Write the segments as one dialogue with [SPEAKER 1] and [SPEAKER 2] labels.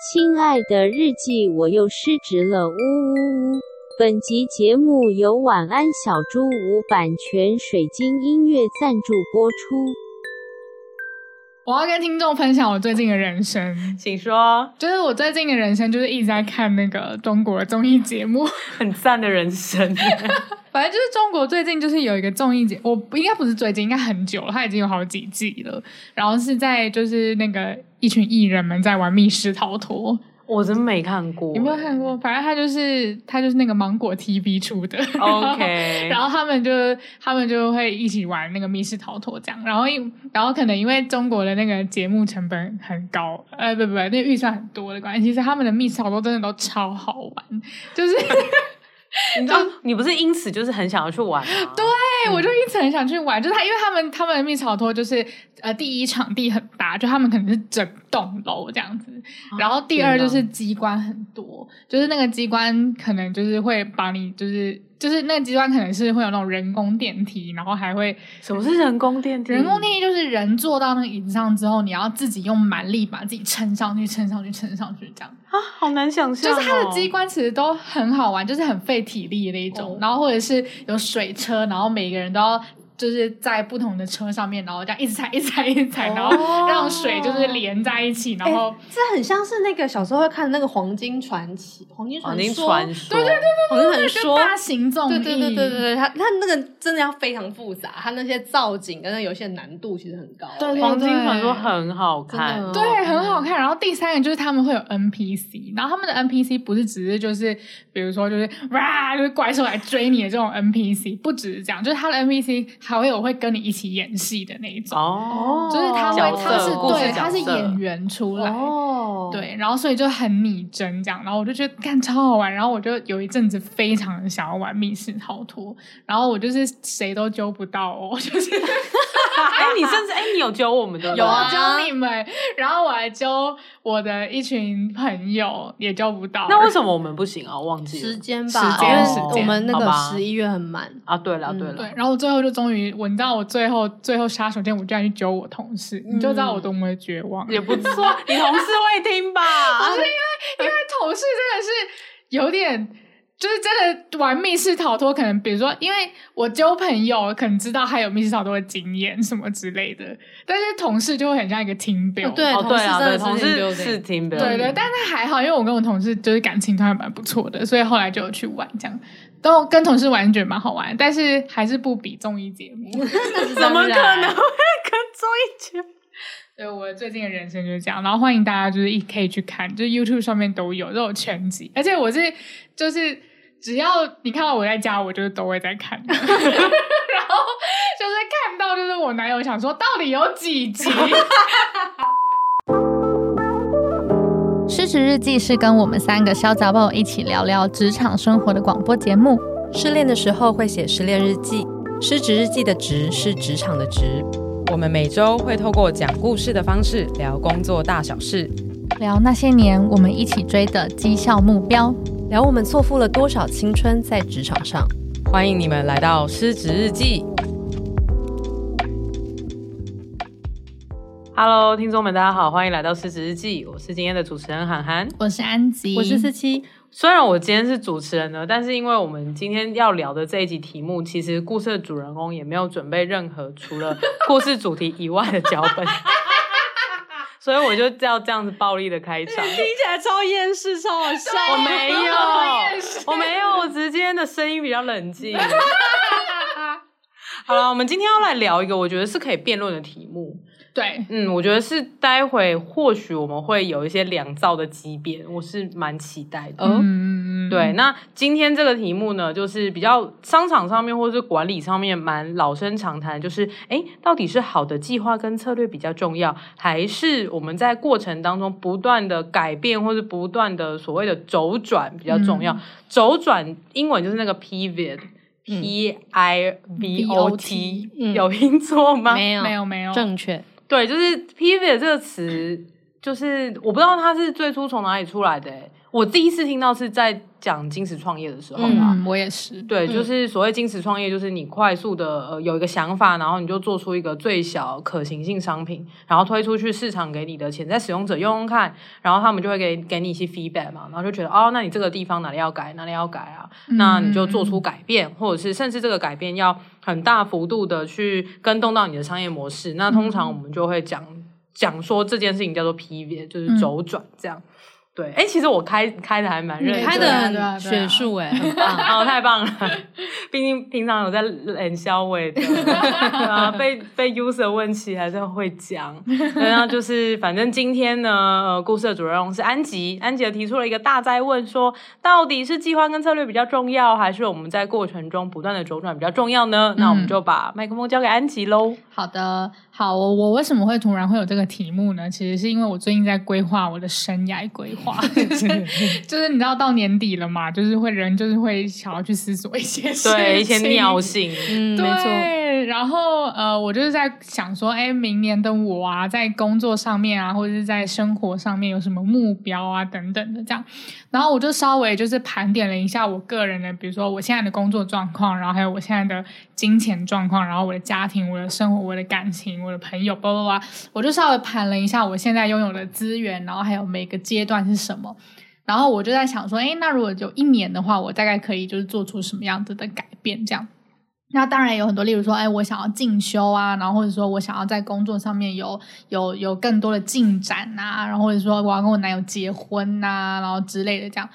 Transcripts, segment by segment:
[SPEAKER 1] 亲爱的日记，我又失职了，呜呜呜！本集节目由晚安小猪屋版权水晶音乐赞助播出。
[SPEAKER 2] 我要跟听众分享我最近的人生，
[SPEAKER 3] 请说，
[SPEAKER 2] 就是我最近的人生就是一直在看那个中国的综艺节目，
[SPEAKER 3] 很赞的人生。
[SPEAKER 2] 反正就是中国最近就是有一个综艺节，我不应该不是最近，应该很久了，它已经有好几季了。然后是在就是那个一群艺人们在玩密室逃脱，
[SPEAKER 3] 我真没看过，
[SPEAKER 2] 有没有看过？反正它就是它就是那个芒果 TV 出的
[SPEAKER 3] ？OK，
[SPEAKER 2] 然后他们就他们就会一起玩那个密室逃脱这样，然后因然后可能因为中国的那个节目成本很高，呃不不，那预算很多的关系，其实他们的密室逃脱真的都超好玩，就是
[SPEAKER 3] 你知道你不是因此就是很想要去玩吗？
[SPEAKER 2] 对，我就一直很想去玩，就是他，因为他们他们的蜜草托就是呃第一场地很大，就他们可能是整栋楼这样子，然后第二就是机关很多，就是那个机关可能就是会把你就是就是那个机关可能是会有那种人工电梯，然后还会
[SPEAKER 3] 什么是人工电梯？
[SPEAKER 4] 嗯
[SPEAKER 2] 人工电梯就是人坐到那个椅子上之后，你要自己用蛮力把自己撑上去，撑上去，撑上去这样。
[SPEAKER 3] 啊，好难想象、
[SPEAKER 2] 就
[SPEAKER 3] 哦。
[SPEAKER 2] 是它的机关其实都很好玩，就是很费体力的一种。
[SPEAKER 3] 哦
[SPEAKER 2] 然后或者是有水车，然后每个人都要就是在不同的车上面，然后这样一直踩，一直踩，一直踩，然
[SPEAKER 4] 哦
[SPEAKER 2] 后让水就是连在一起，然后、
[SPEAKER 4] 哎这很像是那个小时候会看的那个《黄金传奇》，《黄金
[SPEAKER 3] 黄
[SPEAKER 4] 传
[SPEAKER 3] 金
[SPEAKER 4] 说》，
[SPEAKER 3] 哦传说，对对对，
[SPEAKER 4] 黄 金传
[SPEAKER 2] 就
[SPEAKER 4] 说。
[SPEAKER 2] 大型综艺，
[SPEAKER 4] 对对对对对对，它它那个真的要非常复杂，它那些造景跟那有些难度其实很高、
[SPEAKER 2] 对对
[SPEAKER 4] 欸
[SPEAKER 3] 黄金传说很好看
[SPEAKER 4] 真的，
[SPEAKER 2] 对，很好看。然后第三个就是他们会有 NPC，然后他们的 NPC 不是只是就是，比如说就是哇，就是怪兽来追你的这种 NPC，不只是这样，就是他的 NPC 还会有会跟你一起演戏的那一种，
[SPEAKER 3] 哦，
[SPEAKER 2] 就是他会
[SPEAKER 3] 角
[SPEAKER 2] 他
[SPEAKER 3] 色
[SPEAKER 2] 是
[SPEAKER 3] 故事
[SPEAKER 2] 对
[SPEAKER 3] 角
[SPEAKER 2] 他是
[SPEAKER 3] 色
[SPEAKER 2] 演员出来。
[SPEAKER 4] 哦，，
[SPEAKER 2] 对，然后所以就很拟真这样，然后我就觉得干超好玩，然后我就有一阵子非常地想要玩密室逃脱，然后我就是谁都揪不到哦， 就是
[SPEAKER 3] 哎、你甚至哎、你有教我们的
[SPEAKER 4] 有啊
[SPEAKER 2] 我揪你们，然后我还揪我的一群朋友，也揪不到。
[SPEAKER 3] 那为什么我们不行啊？我忘记了
[SPEAKER 4] 时间吧，
[SPEAKER 2] 时间
[SPEAKER 4] 因为
[SPEAKER 2] 时间
[SPEAKER 4] 我们那
[SPEAKER 3] 好
[SPEAKER 4] 个
[SPEAKER 3] 吧
[SPEAKER 4] 十一月很满，
[SPEAKER 3] 啊！对了对了，
[SPEAKER 2] 嗯对，然后我最后就终于，我你知道我最后最后杀手锏，我居然去揪我同事，你
[SPEAKER 3] 嗯
[SPEAKER 2] 就知道我多么的绝 望。
[SPEAKER 3] 也 不错，你同事会听吧？
[SPEAKER 2] 因为同事真的是有点，就是真的玩密室逃脱，可能比如说，因为我交朋友，可能知道他有密室逃脱的经验什么之类的，但是同事就会很像一个 team build，
[SPEAKER 4] 对
[SPEAKER 3] 哦，对啊，对，
[SPEAKER 4] 同
[SPEAKER 3] 同
[SPEAKER 4] 事真
[SPEAKER 3] 事
[SPEAKER 4] 的是 team building
[SPEAKER 3] 是听的，
[SPEAKER 2] 对对，但是还好，因为我跟我同事就是感情都还蛮不错的，所以后来就有去玩这样。都跟同事玩觉得蛮好玩，但是还是不比综艺节 目。
[SPEAKER 3] 怎么可能
[SPEAKER 2] 啊
[SPEAKER 3] 会跟周一杰？
[SPEAKER 2] 对我最近的人生就是这样，然后欢迎大家就是一可以去看，就是 YouTube 上面都有都有全集，而且我是就是只要你看到我在家，我就是都会在看， 然后就是看到就是我男友想说到底有几集，
[SPEAKER 5] 失职日记是跟我们三个小杂宝一起聊聊职场生活的广播节目。
[SPEAKER 6] 失恋的时候会写失恋日记，失职日记的职是职场的职。
[SPEAKER 7] 我们每周会透过讲故事的方式聊工作大小事，
[SPEAKER 5] 聊那些年我们一起追的绩效目标。
[SPEAKER 6] 聊我们错付了多少青春在职场上。
[SPEAKER 7] 欢迎你们来到《失职日记》。
[SPEAKER 3] Hello，听众们，大家好，欢迎来到《失职日记》，我是今天的主持人涵涵。
[SPEAKER 5] 我是安吉，
[SPEAKER 6] 我是思琪，
[SPEAKER 3] 虽然我今天是主持人呢，但是因为我们今天要聊的这一集题目，其实故事的主人公也没有准备任何除了故事主题以外的脚 本，所以我就要这样子暴力的开场。
[SPEAKER 4] 听起来超厌世，超好笑。
[SPEAKER 3] 我没有
[SPEAKER 2] 也是，
[SPEAKER 3] 我没有，我只是今天的声音比较冷静。
[SPEAKER 2] 啊
[SPEAKER 3] 好了，我们今天要来聊一个我觉得是可以辩论的题目。
[SPEAKER 2] 对，
[SPEAKER 3] 嗯，我觉得是待会或许我们会有一些两造的激辩，我是蛮期待的。
[SPEAKER 6] 哦，
[SPEAKER 2] 嗯，
[SPEAKER 3] 对，那今天这个题目呢，就是比较商场上面或是管理上面蛮老生常谈，就是哎，诶到底是好的计划跟策略比较重要，还是我们在过程当中不断的改变或是不断的所谓的周转比较重要？周转英文就是那个 pivot。P 嗯 I V O T 嗯有拼错吗？
[SPEAKER 6] 没有
[SPEAKER 2] 没有没有，
[SPEAKER 6] 正确，
[SPEAKER 3] 对，就是 pivot 这个词，就是我不知道它是最初从哪里出来的、欸。我第一次听到是在讲金石创业的时候啦。
[SPEAKER 2] 嗯，我也是。
[SPEAKER 3] 对，就
[SPEAKER 4] 嗯
[SPEAKER 3] 是所谓金石创业，就是你快速的呃有一个想法，然后你就做出一个最小可行性商品，然后推出去市场给你的潜在使用者用用看，然后他们就会给给你一些 feedback 嘛，然后就觉得哦，那你这个地方哪里要改，哪里要改啊，那你就做出改变，或者是甚至这个改变要很大幅度的去跟动到你的商业模式。那通常我们就会讲讲说这件事情叫做 pivot，就是周转这样。对，哎，其实我开开的还蛮认
[SPEAKER 2] 你
[SPEAKER 3] 真的，
[SPEAKER 2] 开
[SPEAKER 4] 得
[SPEAKER 2] 的
[SPEAKER 4] 很欸
[SPEAKER 2] 很
[SPEAKER 6] 学，术哎、
[SPEAKER 4] 嗯
[SPEAKER 6] 很棒
[SPEAKER 3] 哦，太棒了！ 毕竟平常有在冷消委的， 啊，被被 user 问起还是会讲。然后就是，反正今天呢，呃，故事的主人翁是安吉，安吉提出了一个大灾问说，到底是计划跟策略比较重要，还是我们在过程中不断的周转比较重要
[SPEAKER 2] 嗯
[SPEAKER 3] 呢？那我们就把麦克风交给安吉喽。
[SPEAKER 2] 好的，好，我我为什么会突然会有这个题目呢？其实是因为我最近在规划我的生涯规 划，就是你知道到年底了嘛，就是会人就是会想要去思索一些事
[SPEAKER 3] 对，一些
[SPEAKER 2] 情
[SPEAKER 3] 尿性，
[SPEAKER 6] 嗯，没错，
[SPEAKER 2] 对，然后呃，我就是在想说，哎，明年的我啊，在工作上面啊，或者是在生活上面有什么目标啊，等等的这样。然后我就稍微就是盘点了一下我个人的，比如说我现在的工作状况，然后还有我现在的金钱状况，然后我的家庭、我的生活、我的感情、我的朋友，叭叭叭，我就稍微盘了一下我现在拥有的资源，然后还有每个阶段是什么。然后我就在想说，哎，那如果有一年的话，我大概可以就是做出什么样子的改变这样。那当然有很多，例如说，哎，我想要进修啊，然后或者说我想要在工作上面有有有更多的进展啊，然后或者说我要跟我男友结婚呐、然后之类的这样。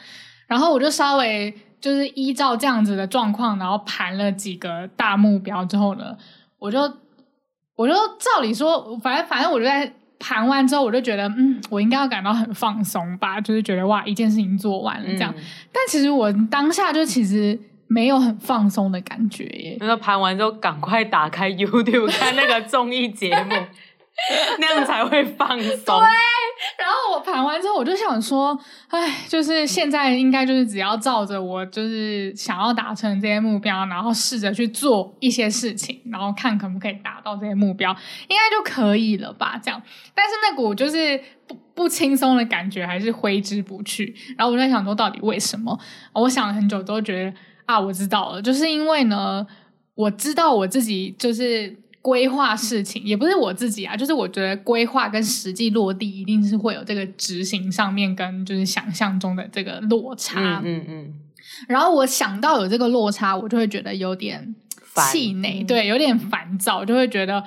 [SPEAKER 2] 然后我就稍微就是依照这样子的状况，然后盘了几个大目标之后呢，我就我就照理说，反正反正我就在盘完之后，我就觉得，嗯，我应该要感到很放松吧，就是觉得哇，一件事情做完了这样。
[SPEAKER 3] 嗯
[SPEAKER 2] 但其实我当下就其实没有很放松的感觉耶。
[SPEAKER 3] 那盘完之后赶快打开 YouTube 看那个综艺节 目，那样才会放松。
[SPEAKER 2] 然后我盘完之后，我就想说，哎，就是现在应该就是只要照着我就是想要达成这些目标，然后试着去做一些事情，然后看可不可以达到这些目标，应该就可以了吧？这样，但是那股就是不不轻松的感觉还是挥之不去。然后我就在想说，到底为什么？我想了很久，都觉得啊，我知道了，就是因为呢，我知道我自己就是规划事情，也不是我自己啊，就是我觉得规划跟实际落地一定是会有这个执行上面跟就是想象中的这个落差。
[SPEAKER 3] 嗯嗯嗯，
[SPEAKER 2] 然后我想到有这个落差，我就会觉得有点
[SPEAKER 3] 烦
[SPEAKER 2] 气馁，对，有点烦躁，就会觉得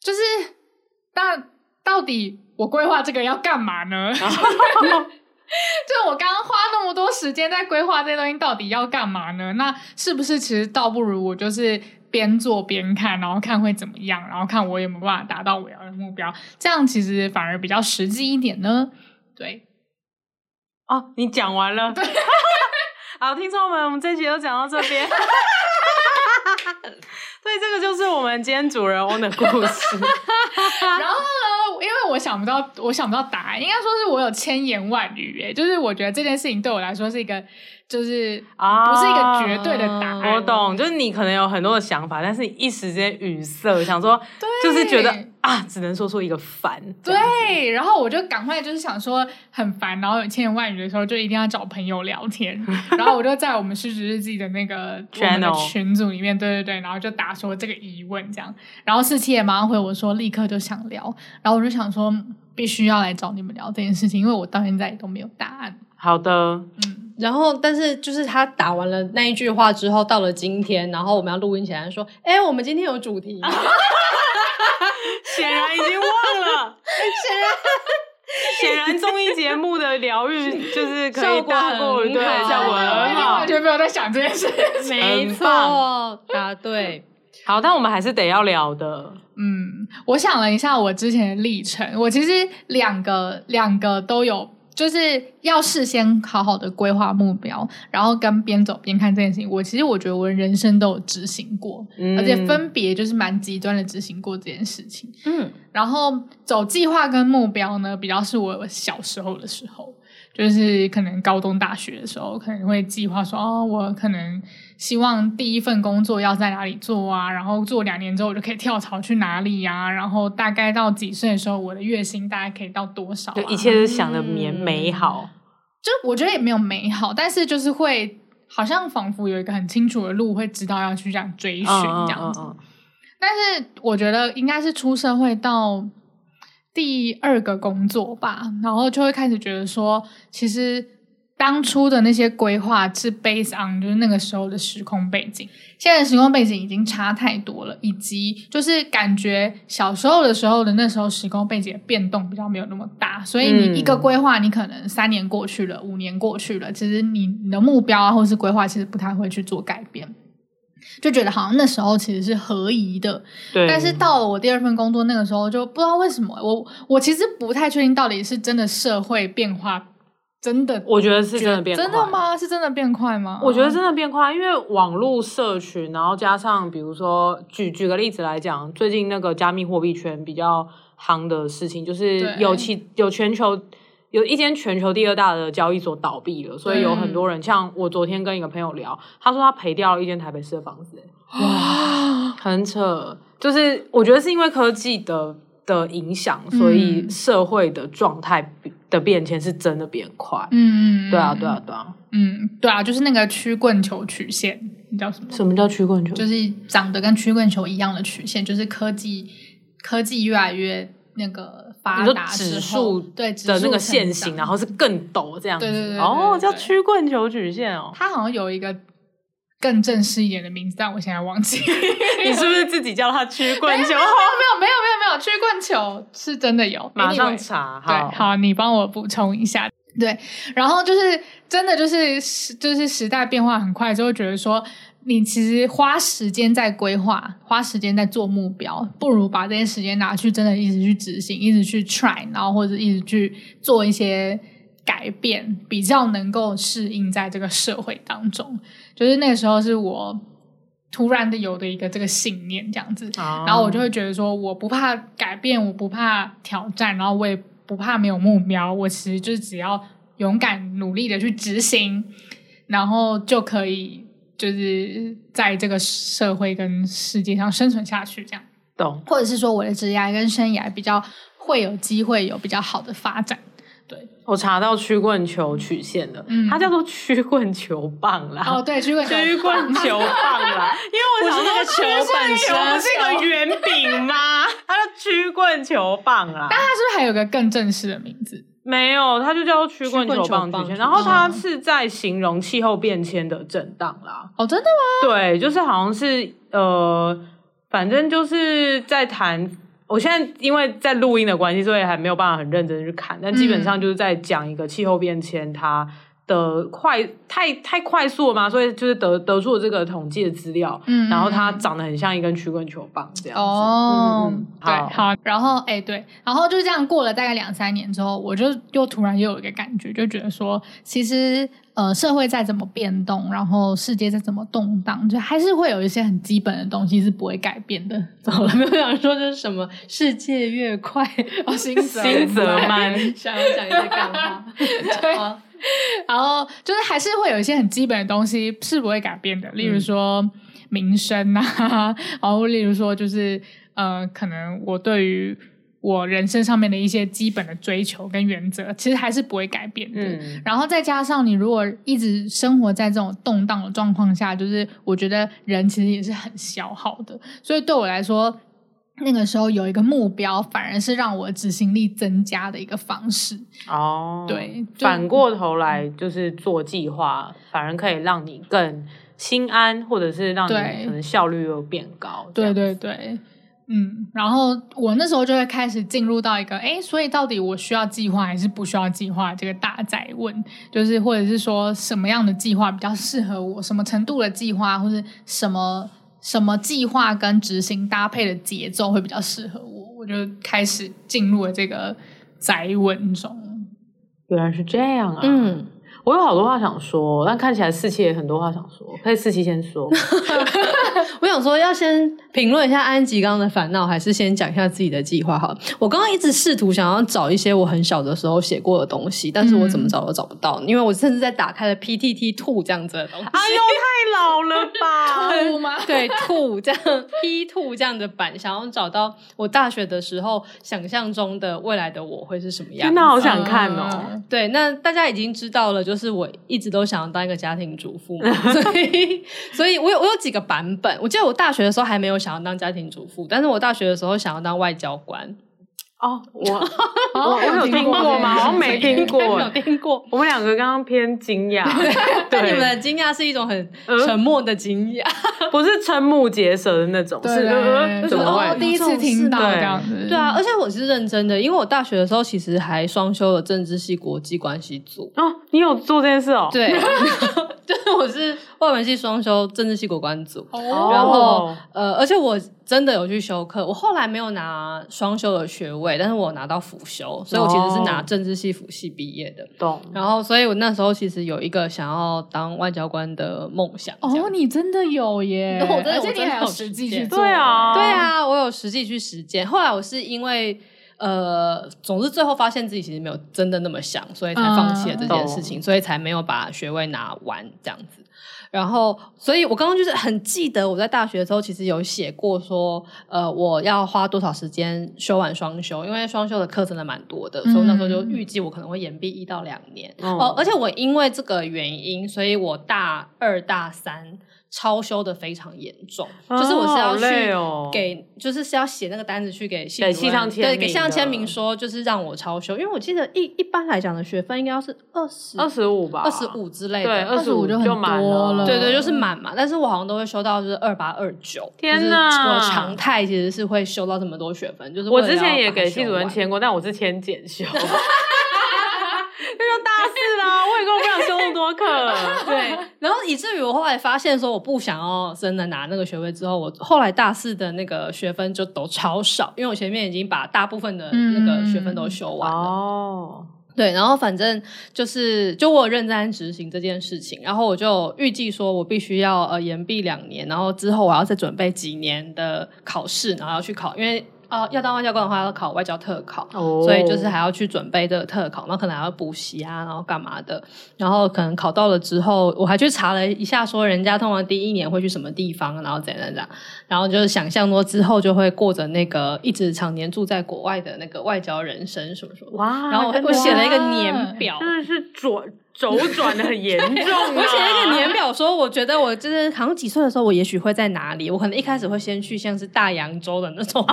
[SPEAKER 2] 就是那到底我规划这个要干嘛呢？就我刚刚花那么多时间在规划这些东西，到底要干嘛呢？那是不是其实倒不如我就是边做边看，然后看会怎么样，然后看我有没有办法达到我要的目标，这样其实反而比较实际一点呢？对，
[SPEAKER 3] 哦，你讲完了。 好，听众们，我们这集就讲到这边。对，这个就是我们今天主人翁的故事。
[SPEAKER 2] 然后呢，因为我想不到，我想不到答案，应该说是我有千言万语耶，就是我觉得这件事情对我来说是一个，就是
[SPEAKER 3] 啊
[SPEAKER 2] 不是一个绝对的答案。
[SPEAKER 3] 我懂，就是你可能有很多的想法，但是你一时间语塞，想说，就是觉得啊，只能说出一个烦。这样，
[SPEAKER 2] 对，然后我就赶快就是想说很烦，然后有千言万语的时候，就一定要找朋友聊 天。然后我就在我们失职日记的那个我们的
[SPEAKER 3] Channel
[SPEAKER 2] 群组里面，对对对，然后就打说这个疑问这样。然后四七也马上回我说立刻就想聊，然后我就想说嗯必须要来找你们聊这件事情，因为我到现在也都没有答案。
[SPEAKER 3] 好的，
[SPEAKER 2] 嗯，
[SPEAKER 4] 然后，但是就是他打完了那一句话之后，到了今天，然后我们要录音前他说：“哎、我们今天有主题。”显然
[SPEAKER 3] 显然已经忘了， 显然综艺节目的疗愈就是可以
[SPEAKER 4] 效果
[SPEAKER 3] 大
[SPEAKER 4] 很
[SPEAKER 3] 过于对
[SPEAKER 4] 好
[SPEAKER 3] 效果
[SPEAKER 2] 我已
[SPEAKER 3] 很
[SPEAKER 2] 经
[SPEAKER 3] 好
[SPEAKER 2] 完。全没有在想这件事情。
[SPEAKER 4] 没
[SPEAKER 3] 很
[SPEAKER 4] 错，答对。
[SPEAKER 3] 好，但我们还是得要聊的。
[SPEAKER 2] 嗯，我想了一下我之前的历程，我其实两个两个都有，就是要事先好好的规划目标，然后跟边走边看这件事情。我其实我觉得我人生都有执行过，
[SPEAKER 3] 嗯
[SPEAKER 2] 而且分别就是蛮极端的执行过这件事情。
[SPEAKER 4] 嗯，
[SPEAKER 2] 然后走计划跟目标呢，比较是我小时候的时候，就是可能高中、大学的时候，可能会计划说，哦，我可能希望第一份工作要在哪里做啊，然后做两年之后我就可以跳槽去哪里呀、然后大概到几岁的时候，我的月薪大概可以到多少、啊，
[SPEAKER 3] 就一切都想的绵美好，
[SPEAKER 2] 就我觉得也没有美好，但是就是会好像仿佛有一个很清楚的路，会知道要去这样追寻这样子。
[SPEAKER 3] 嗯嗯嗯嗯
[SPEAKER 2] 但是我觉得应该是出社会到第二个工作吧，然后就会开始觉得说，其实当初的那些规划是 based on 就是那个时候的时空背景，现在的时空背景已经差太多了，以及就是感觉小时候的时候的那时候时空背景的变动比较没有那么大，所以
[SPEAKER 3] 嗯
[SPEAKER 2] 你一个规划，你可能三年过去了，五年过去了，其实你你的目标啊或是规划其实不太会去做改变。就觉得好像那时候其实是合宜的，
[SPEAKER 3] 对，
[SPEAKER 2] 但是到了我第二份工作那个时候，就不知道为什么，我我其实不太确定到底是真的社会变化，真的
[SPEAKER 3] 我觉得是真的变快
[SPEAKER 2] 真的？吗？是真的变快吗？
[SPEAKER 3] 我觉得真的变快，因为网络社群，然后加上比如说举举个例子来讲，最近那个加密货币圈比较夯的事情，就是
[SPEAKER 2] 对
[SPEAKER 3] 有其有全球。有一间全球第二大的交易所倒闭了，所以有很
[SPEAKER 2] 嗯
[SPEAKER 3] 多人，像我昨天跟一个朋友聊，他说他赔掉了一间台北市的房子、欸哇，很扯。就是我觉得是因为科技的的影响，所以
[SPEAKER 2] 嗯
[SPEAKER 3] 社会的状态的变迁是真的变快。
[SPEAKER 2] 嗯，嗯，嗯
[SPEAKER 3] 对啊，对啊，，对啊。
[SPEAKER 2] 嗯，对啊，就是那个曲棍球曲线，你叫什么？
[SPEAKER 3] 什么叫曲棍球？
[SPEAKER 2] 就是长得跟曲棍球一样的曲线，就是科技科技越来越那个发
[SPEAKER 3] 你说
[SPEAKER 2] 达之
[SPEAKER 3] 指
[SPEAKER 2] 后，
[SPEAKER 3] 数
[SPEAKER 2] 对指
[SPEAKER 3] 的那
[SPEAKER 2] 数
[SPEAKER 3] 个
[SPEAKER 2] 成
[SPEAKER 3] 线型，
[SPEAKER 2] 长
[SPEAKER 3] 然后是更陡这样子。
[SPEAKER 2] 对对对对
[SPEAKER 3] 哦，
[SPEAKER 2] 对
[SPEAKER 3] 叫
[SPEAKER 2] 对
[SPEAKER 3] 曲棍球曲 线哦。
[SPEAKER 2] 它好像有一个更正式一点的名字，但我现在忘记。
[SPEAKER 3] 你是不是自己叫它曲棍球？
[SPEAKER 2] 没有没有没有，曲棍球是真的有，
[SPEAKER 3] 马上
[SPEAKER 2] Anyway，
[SPEAKER 3] 查。
[SPEAKER 2] 对，好，你帮我补充一下。对，然后就是真的就是时就是时代变化很快，就会觉得说，你其实花时间在规划，花时间在做目标，不如把这些时间拿去真的一直去执行，一直去 try，然后或者一直去做一些改变，比较能够适应在这个社会当中。就是那个时候是我突然的有的一个这个信念这样子，
[SPEAKER 3] 哦
[SPEAKER 2] 然后我就会觉得说，我不怕改变，我不怕挑战，然后我也不怕没有目标，我其实就是只要勇敢努力的去执行，然后就可以就是在这个社会跟世界上生存下去，这样，
[SPEAKER 3] 懂。
[SPEAKER 2] 或者是说我的职业跟生涯比较会有机会有比较好的发展。
[SPEAKER 3] 我查到曲棍球曲线了，
[SPEAKER 2] 嗯
[SPEAKER 3] 它叫做曲棍球棒啦。
[SPEAKER 2] 哦，对， 曲棍球，
[SPEAKER 3] 曲棍球棒啦，因为我想说曲棍球不是一个圆饼啊 吗？它叫曲棍球棒啊啦。
[SPEAKER 2] 但它是不是还有个更正式的名字？
[SPEAKER 3] 没有，它就叫做曲棍
[SPEAKER 4] 曲棍
[SPEAKER 3] 球
[SPEAKER 4] 球
[SPEAKER 3] 棒
[SPEAKER 4] 棒
[SPEAKER 3] 曲线。
[SPEAKER 4] 曲
[SPEAKER 3] 然后它
[SPEAKER 2] 线
[SPEAKER 3] 是在形容气候变迁的震荡啦。
[SPEAKER 2] 哦，真的吗？
[SPEAKER 3] 对，就是好像是呃，反正就是在谈。我现在因为在录音的关系，所以还没有办法很认真去看，但基本上就是在讲一个气候变迁它的快太太快速了嘛，所以就是得得出了这个统计的资料，
[SPEAKER 2] 嗯
[SPEAKER 3] 然后它
[SPEAKER 2] 嗯嗯
[SPEAKER 3] 长得很像一根曲棍球棒
[SPEAKER 4] 嗯
[SPEAKER 3] 这样子。
[SPEAKER 2] 哦，
[SPEAKER 3] 嗯嗯
[SPEAKER 2] 对，
[SPEAKER 3] 好
[SPEAKER 2] 好，然后哎、对，然后就这样过了大概两三年之后，我就又突然又有一个感觉，就觉得说，其实呃，社会再怎么变动，然后世界再怎么动荡，就还是会有一些很基本的东西是不会改变的。
[SPEAKER 4] 怎么了？没有想说这是什么？世界越快， 哦，新泽
[SPEAKER 3] 新泽曼
[SPEAKER 4] 曼， 想要讲一些干话。
[SPEAKER 2] 对
[SPEAKER 4] 好
[SPEAKER 2] 然后就是还是会有一些很基本的东西是不会改变的，例如说民生啊，然后例如说就是呃，可能我对于我人生上面的一些基本的追求跟原则，其实还是不会改变的。
[SPEAKER 3] 嗯，
[SPEAKER 2] 然后再加上你如果一直生活在这种动荡的状况下，就是我觉得人其实也是很消耗的，所以对我来说。那个时候有一个目标，反而是让我执行力增加的一个方式。
[SPEAKER 3] 哦，
[SPEAKER 2] 对就
[SPEAKER 3] 反过头来就是做计划，反而可以让你更心安，或者是让你
[SPEAKER 2] 对
[SPEAKER 3] 可能效率又变高。这
[SPEAKER 2] 对
[SPEAKER 3] 样
[SPEAKER 2] 对对，嗯，然后我那时候就会开始进入到一个，哎，所以到底我需要计划还是不需要计划这个大在问，就是或者是说什么样的计划比较适合我，什么程度的计划，或者什么什么计划跟执行搭配的节奏会比较适合我，我就开始进入了这个宅问中。
[SPEAKER 3] 原来是这样啊！
[SPEAKER 4] 嗯，
[SPEAKER 3] 我有好多话想说，但看起来四期也很多话想说，可以四期先说。
[SPEAKER 4] 我想说，要先评论一下安吉刚刚的烦恼，还是先讲一下自己的计划好了？我刚刚一直试图想要找一些我很小的时候写过的东西，但是我怎么找都找不到，因为我甚至在打开了 PTT 兔这样子的东西。
[SPEAKER 3] 哎呦，太老了吧！
[SPEAKER 2] 吐吗？
[SPEAKER 4] 啊对，兔这样 P 兔这样的版，想要找到我大学的时候想象中的未来的我会是什么样
[SPEAKER 3] 真
[SPEAKER 4] 子
[SPEAKER 3] 的。好想看哦。
[SPEAKER 2] 呃
[SPEAKER 4] 对，那大家已经知道了，就是我一直都想要当一个家庭主妇 嘛，所以，所以我有我有几个版本。我记得我大学的时候还没有想要当家庭主妇，但是我大学的时候想要当外交官，
[SPEAKER 3] 哦，我
[SPEAKER 2] 哦
[SPEAKER 3] 我我有听过吗？好像没听过。
[SPEAKER 4] 有听过。
[SPEAKER 3] 我们两个刚刚偏惊讶，
[SPEAKER 4] 但你们
[SPEAKER 3] 对，
[SPEAKER 4] 的惊讶是一种很
[SPEAKER 3] 呃
[SPEAKER 4] 沉默的惊讶，
[SPEAKER 3] 不是瞠目结舌的那种，是
[SPEAKER 2] 对
[SPEAKER 3] 呃
[SPEAKER 2] 对，
[SPEAKER 3] 怎
[SPEAKER 2] 就
[SPEAKER 3] 么
[SPEAKER 2] 是哦
[SPEAKER 3] 会？
[SPEAKER 2] 第一次听到
[SPEAKER 3] 对
[SPEAKER 2] 这样子，
[SPEAKER 4] 对啊，而且我是认真的，因为我大学的时候其实还双修了政治系国际关系组，
[SPEAKER 3] 哦，你有做这件事哦？
[SPEAKER 4] 对，就是我是外文系双修政治系国关组，
[SPEAKER 2] 哦，
[SPEAKER 4] 然后呃，而且我真的有去修课，我后来没有拿双修的学位，但是我有拿到辅修，所以我其实是拿
[SPEAKER 3] 哦
[SPEAKER 4] 政治系辅系毕业的。
[SPEAKER 3] 懂。
[SPEAKER 4] 然后，所以我那时候其实有一个想要当外交官的梦想。这样
[SPEAKER 2] 哦，你真的有耶！
[SPEAKER 4] 我真的
[SPEAKER 2] 而
[SPEAKER 4] 我
[SPEAKER 2] 且你
[SPEAKER 4] 真的
[SPEAKER 2] 还
[SPEAKER 4] 有
[SPEAKER 2] 有实际
[SPEAKER 4] 实践
[SPEAKER 2] 去做，
[SPEAKER 3] 对啊，
[SPEAKER 4] 对，啊，我有实际去实践。后来我是因为呃，总之最后发现自己其实没有真的那么想，所以才放弃了这件事情，所以才没有把学位拿完这样子。然后，所以我刚刚就是很记得我在大学的时候，其实有写过说，呃，我要花多少时间修完双修，因为双修的课真的蛮多的，所以我那时候就预计我可能会延毕一到两年。
[SPEAKER 3] 哦
[SPEAKER 4] 哦，而且我因为这个原因，所以我大二大三超修的非常严重，
[SPEAKER 3] 哦
[SPEAKER 4] 就是我是要
[SPEAKER 3] 好累
[SPEAKER 4] 去
[SPEAKER 3] 哦
[SPEAKER 4] 给，就是是要写那个单子去给系
[SPEAKER 3] 给
[SPEAKER 4] 主
[SPEAKER 3] 系
[SPEAKER 4] 任
[SPEAKER 3] 上签
[SPEAKER 4] 对，给
[SPEAKER 3] 名
[SPEAKER 4] 系上
[SPEAKER 3] 的
[SPEAKER 4] 签名说就是让我超修，因为我记得一一般来讲的学分应该要是二十
[SPEAKER 3] 二十五吧，
[SPEAKER 4] 二十，五之类
[SPEAKER 3] 对，
[SPEAKER 4] 的。
[SPEAKER 3] 二十
[SPEAKER 2] 25
[SPEAKER 3] 五
[SPEAKER 2] 就很
[SPEAKER 3] 满
[SPEAKER 2] 多了
[SPEAKER 4] 对对，就是满嘛，但是我好像都会修到就是二八二九，
[SPEAKER 3] 天
[SPEAKER 4] 哪！
[SPEAKER 3] 哪
[SPEAKER 4] 我常态其实是会修到这么多学分，就是
[SPEAKER 3] 我
[SPEAKER 4] 为了
[SPEAKER 3] 之前
[SPEAKER 4] 要
[SPEAKER 3] 也
[SPEAKER 4] 把它
[SPEAKER 3] 给
[SPEAKER 4] 修
[SPEAKER 3] 系主任
[SPEAKER 4] 完
[SPEAKER 3] 签过，但我是签检 修，那就大四啦。我也跟我不想修那么 多课，
[SPEAKER 4] 对，然后以至于我后来发现，说我不想要真的拿那个学位之后，我后来大四的那个学分就都超少，因为我前面已经把大部分的那个学分都修完了。
[SPEAKER 3] 哦，
[SPEAKER 4] 对，然后反正就是，就我有认真执行这件事情，然后我就预计说我必须要呃延毕两年，然后之后我要再准备几年的考试，然后要去考，因为。啊、要当外交官的话，要考外交特考
[SPEAKER 3] 哦
[SPEAKER 4] 所以就是还要去准备这个特考，然后可能还要补习啊，然后干嘛的，然后可能考到了之后，我还去查了一下，说人家通常第一年会去什么地方，然后怎样怎样，然后就是想象说之后就会过着那个一直常年住在国外的那个外交人生什么什么的，
[SPEAKER 3] 哇！
[SPEAKER 4] 然后我
[SPEAKER 3] 真的
[SPEAKER 4] 我写了一个年表，
[SPEAKER 3] 真的是转周转的很严重、啊，
[SPEAKER 4] 我写了一个年表，说我觉得我就是好像几岁的时候，我也许会在哪里，我可能一开始会先去像是大洋洲的那
[SPEAKER 3] 哦
[SPEAKER 4] 种，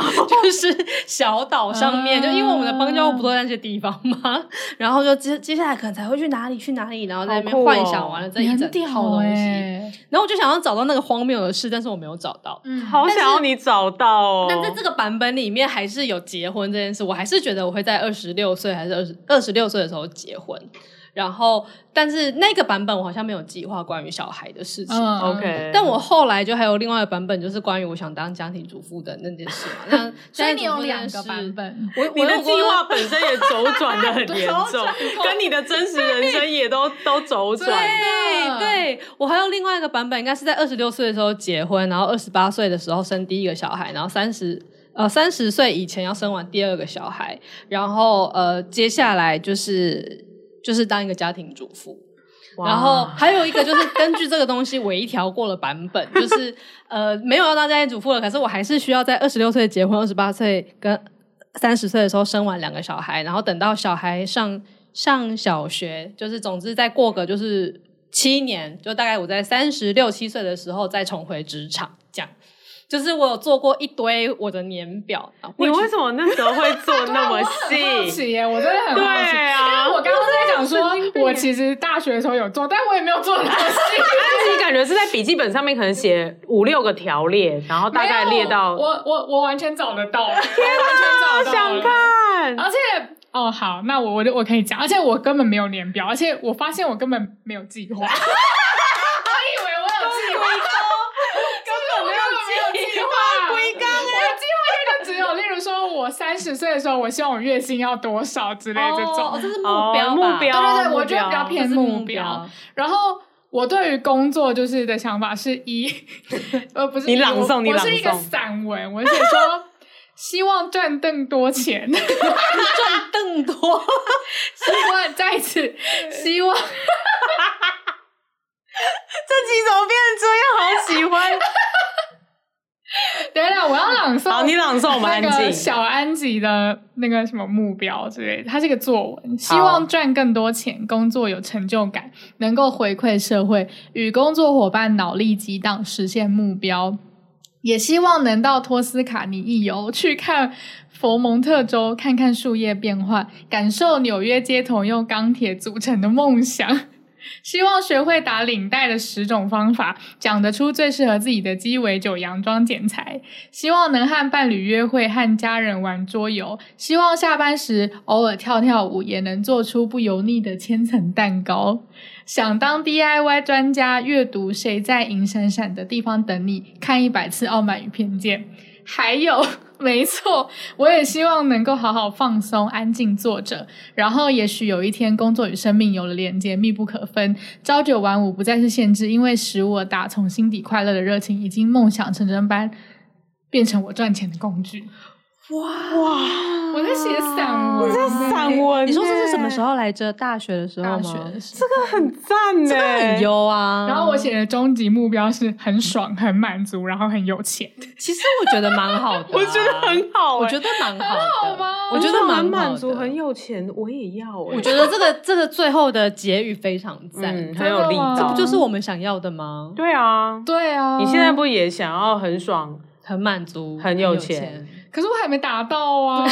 [SPEAKER 4] 就是小岛上面，
[SPEAKER 2] 啊
[SPEAKER 4] 就因为我们的邦交不都在那些地方嘛， 然后就接接下来可能才会去哪里去哪里，然后在那
[SPEAKER 3] 好
[SPEAKER 4] 边
[SPEAKER 3] 酷哦
[SPEAKER 4] 幻想完了这
[SPEAKER 2] 你
[SPEAKER 4] 一
[SPEAKER 2] 很
[SPEAKER 4] 整套
[SPEAKER 2] 屌
[SPEAKER 4] 东西，
[SPEAKER 3] 欸
[SPEAKER 2] 哎，
[SPEAKER 4] 然后我就想要找到那个荒谬的事，但是我没有找到。
[SPEAKER 2] 嗯，
[SPEAKER 3] 好想要你找到哦。
[SPEAKER 4] 但在这个版本里面，还是有结婚这件事，我还是觉得我会在二十六岁还是二十二十六岁的时候结婚。然后，但是那个版本我好像没有计划关于小孩的事情。
[SPEAKER 2] 嗯
[SPEAKER 3] OK，
[SPEAKER 4] 但我后来就还有另外一个版本，就是关于我想当家庭主妇的那件事嘛。那
[SPEAKER 2] 所以你有
[SPEAKER 4] 家庭
[SPEAKER 2] 两
[SPEAKER 4] 主
[SPEAKER 2] 个
[SPEAKER 4] 妇这件
[SPEAKER 2] 版
[SPEAKER 4] 事，
[SPEAKER 2] 本，
[SPEAKER 4] 我
[SPEAKER 3] 你
[SPEAKER 4] 我
[SPEAKER 3] 的
[SPEAKER 4] 有
[SPEAKER 3] 计划本身也周转的很严重，跟你的真实人生也都都周转。
[SPEAKER 4] 对对，我还有另外一个版本，应该是在二十六岁的时候结婚，然后二十八岁的时候生第一个小孩，然后三十呃三十岁以前要生完第二个小孩，然后呃接下来就是就是当一个家庭主妇。
[SPEAKER 3] 哇
[SPEAKER 4] 然后还有一个就是根据这个东西微调过了版本， 就是呃没有要当家庭主妇了，可是我还是需要在二十六岁结婚，二十八岁跟三十岁的时候生完两个小孩，然后等到小孩上上小学，就是总之再过个就是七年，就大概我在三十六七岁的时候再重回职场，这样。就是我有做过一堆我的年表，然后
[SPEAKER 3] 你
[SPEAKER 4] 会去
[SPEAKER 3] 为什么那时候会做 那么
[SPEAKER 2] 哎好
[SPEAKER 3] 细？
[SPEAKER 2] 奇耶，啊我真的很
[SPEAKER 3] 嗯对
[SPEAKER 2] 好奇。
[SPEAKER 3] 啊，
[SPEAKER 2] 我刚刚在想说，我其实大学的时候有做，但我也没有做 那么细。
[SPEAKER 3] 自己感觉是在笔记本上面可能写五六个条列，然后大概
[SPEAKER 2] 没有
[SPEAKER 3] 列到。
[SPEAKER 2] 我我我完全找得到，我完全找得到，
[SPEAKER 3] 想看，
[SPEAKER 2] 而且哦，好，那我我就我可以讲，而且我根本没有年表，而且我发现我根本没有计划。我以 为我有计划， 根本没有计划，欸龟缸我的计划就只有，例如说我三十岁的时候，我希望我月薪要多少之类这
[SPEAKER 4] 哦，
[SPEAKER 2] 种。
[SPEAKER 4] 这是目
[SPEAKER 3] 哦
[SPEAKER 4] 标吧、
[SPEAKER 3] 目标，
[SPEAKER 2] 对对对
[SPEAKER 3] 目
[SPEAKER 2] 我觉得比较偏
[SPEAKER 4] 这是
[SPEAKER 2] 目
[SPEAKER 4] 目
[SPEAKER 2] 标
[SPEAKER 4] 标。
[SPEAKER 2] 然后我对于工作就是的想法是一， 呃，不是
[SPEAKER 3] 你
[SPEAKER 2] 一
[SPEAKER 3] 朗
[SPEAKER 2] 我
[SPEAKER 3] 诵你
[SPEAKER 2] 我
[SPEAKER 3] 朗
[SPEAKER 2] 是一个
[SPEAKER 3] 诵
[SPEAKER 2] 散文，我写说希望赚更多钱，
[SPEAKER 4] 赚更 多，
[SPEAKER 2] 希望再次希望
[SPEAKER 3] 集怎么变成这样？好喜欢。
[SPEAKER 2] 等等，我要朗诵。
[SPEAKER 3] 好，你朗诵，我们安
[SPEAKER 2] 那个
[SPEAKER 3] 静。
[SPEAKER 2] 小安吉的那个什么目标之类的，它是一个作文，希望赚更多钱，工作有成就感，能够回馈社会，与工作伙伴脑力激荡，实现目标。也希望能到托斯卡尼一游，去看佛蒙特州，看看树叶变换，感受纽约街头用钢铁组成的梦想。 希望学会打领带的十种方法，讲得出最适合自己的鸡尾酒洋装剪裁。希望能和伴侣约会，和家人玩桌游。希望下班时偶尔跳跳舞，也能做出不油腻的千层蛋糕。想当 DIY 专家，阅读《谁在银闪闪的地方等你》，看一百次《傲慢与偏见》。还有，没错，我也希望能够好好放松，安静坐着，然后也许有一天，工作与生命有了连接，密不可分。朝九晚五不再是限制，因为使我打从心底快乐的热情，已经梦想成真般变成我赚钱的工具。哇！我在写散文，
[SPEAKER 3] 散文，
[SPEAKER 4] 你说这是什么时？候来着？大学的时候
[SPEAKER 2] 大学
[SPEAKER 4] 吗？
[SPEAKER 2] 的时候
[SPEAKER 3] 很赞欸呢，
[SPEAKER 4] 很优啊。
[SPEAKER 2] 然后我写的终极目标是很爽、很满足，然后很有钱。
[SPEAKER 4] 其实我觉得蛮好的、啊
[SPEAKER 3] 我觉得很好欸，
[SPEAKER 4] 我觉得蛮好的，
[SPEAKER 2] 好吗
[SPEAKER 4] 我觉得蛮好
[SPEAKER 3] 很
[SPEAKER 4] 的
[SPEAKER 3] 满足，很。有钱，我也要欸。
[SPEAKER 4] 我觉得这个这个最后的结语非常赞，
[SPEAKER 3] 嗯，
[SPEAKER 2] 的
[SPEAKER 3] 很有力
[SPEAKER 2] 吗
[SPEAKER 3] 道
[SPEAKER 2] 这。
[SPEAKER 4] 就是我们想要的吗？
[SPEAKER 3] 对啊，
[SPEAKER 2] 对啊，
[SPEAKER 3] 你现在？不也想要很爽？
[SPEAKER 4] 很满足，
[SPEAKER 3] 很有
[SPEAKER 4] 有
[SPEAKER 3] 钱
[SPEAKER 2] 可是我还没达到啊！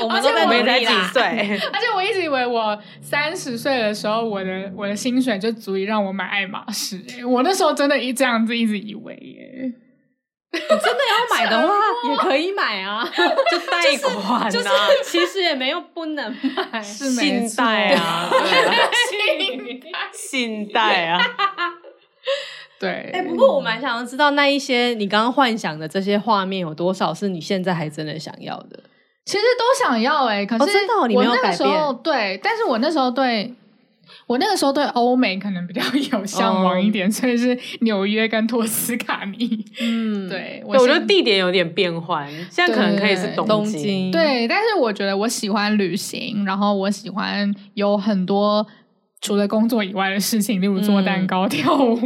[SPEAKER 4] 我
[SPEAKER 2] 而
[SPEAKER 4] 们
[SPEAKER 2] 且我
[SPEAKER 4] 都在努
[SPEAKER 3] 没才
[SPEAKER 4] 力
[SPEAKER 3] 几
[SPEAKER 4] 啦。
[SPEAKER 3] 岁，
[SPEAKER 2] 而且我一直以为我三十岁的时候，我的我的薪水就足以让我买爱马仕、欸我那时候真的一这样子一直以为欸耶、
[SPEAKER 4] 要买 的话也可以买啊，
[SPEAKER 3] 就贷款啊，
[SPEAKER 4] 就是其实也没有不能买。
[SPEAKER 2] 是没
[SPEAKER 3] 信
[SPEAKER 2] 错
[SPEAKER 3] 贷 啊，对啊
[SPEAKER 2] 信贷
[SPEAKER 3] 信贷啊，
[SPEAKER 2] 对。
[SPEAKER 4] 哎、不过我蛮想要知道那一些你刚刚幻想的这些画面有多少是你现在还真的想要的？
[SPEAKER 2] 其实都想要哎、可是
[SPEAKER 4] 哦真的哦你
[SPEAKER 2] 我
[SPEAKER 4] 没有
[SPEAKER 2] 那个
[SPEAKER 4] 改
[SPEAKER 2] 时候对，但是我那时候对。我那个时候对欧美可能比较有向
[SPEAKER 4] 哦
[SPEAKER 2] 往一点所以是纽约跟托斯卡尼。
[SPEAKER 4] 嗯，
[SPEAKER 2] 对，我
[SPEAKER 3] 对我觉
[SPEAKER 2] 现
[SPEAKER 3] 得地点有点变换，现在可能可以是
[SPEAKER 2] 对
[SPEAKER 4] 东
[SPEAKER 3] 京。
[SPEAKER 4] 京，
[SPEAKER 2] 对，但是我觉得我喜欢旅行，然后我喜欢有很多除了工作以外的事情，例如
[SPEAKER 4] 嗯
[SPEAKER 2] 做蛋糕、跳舞，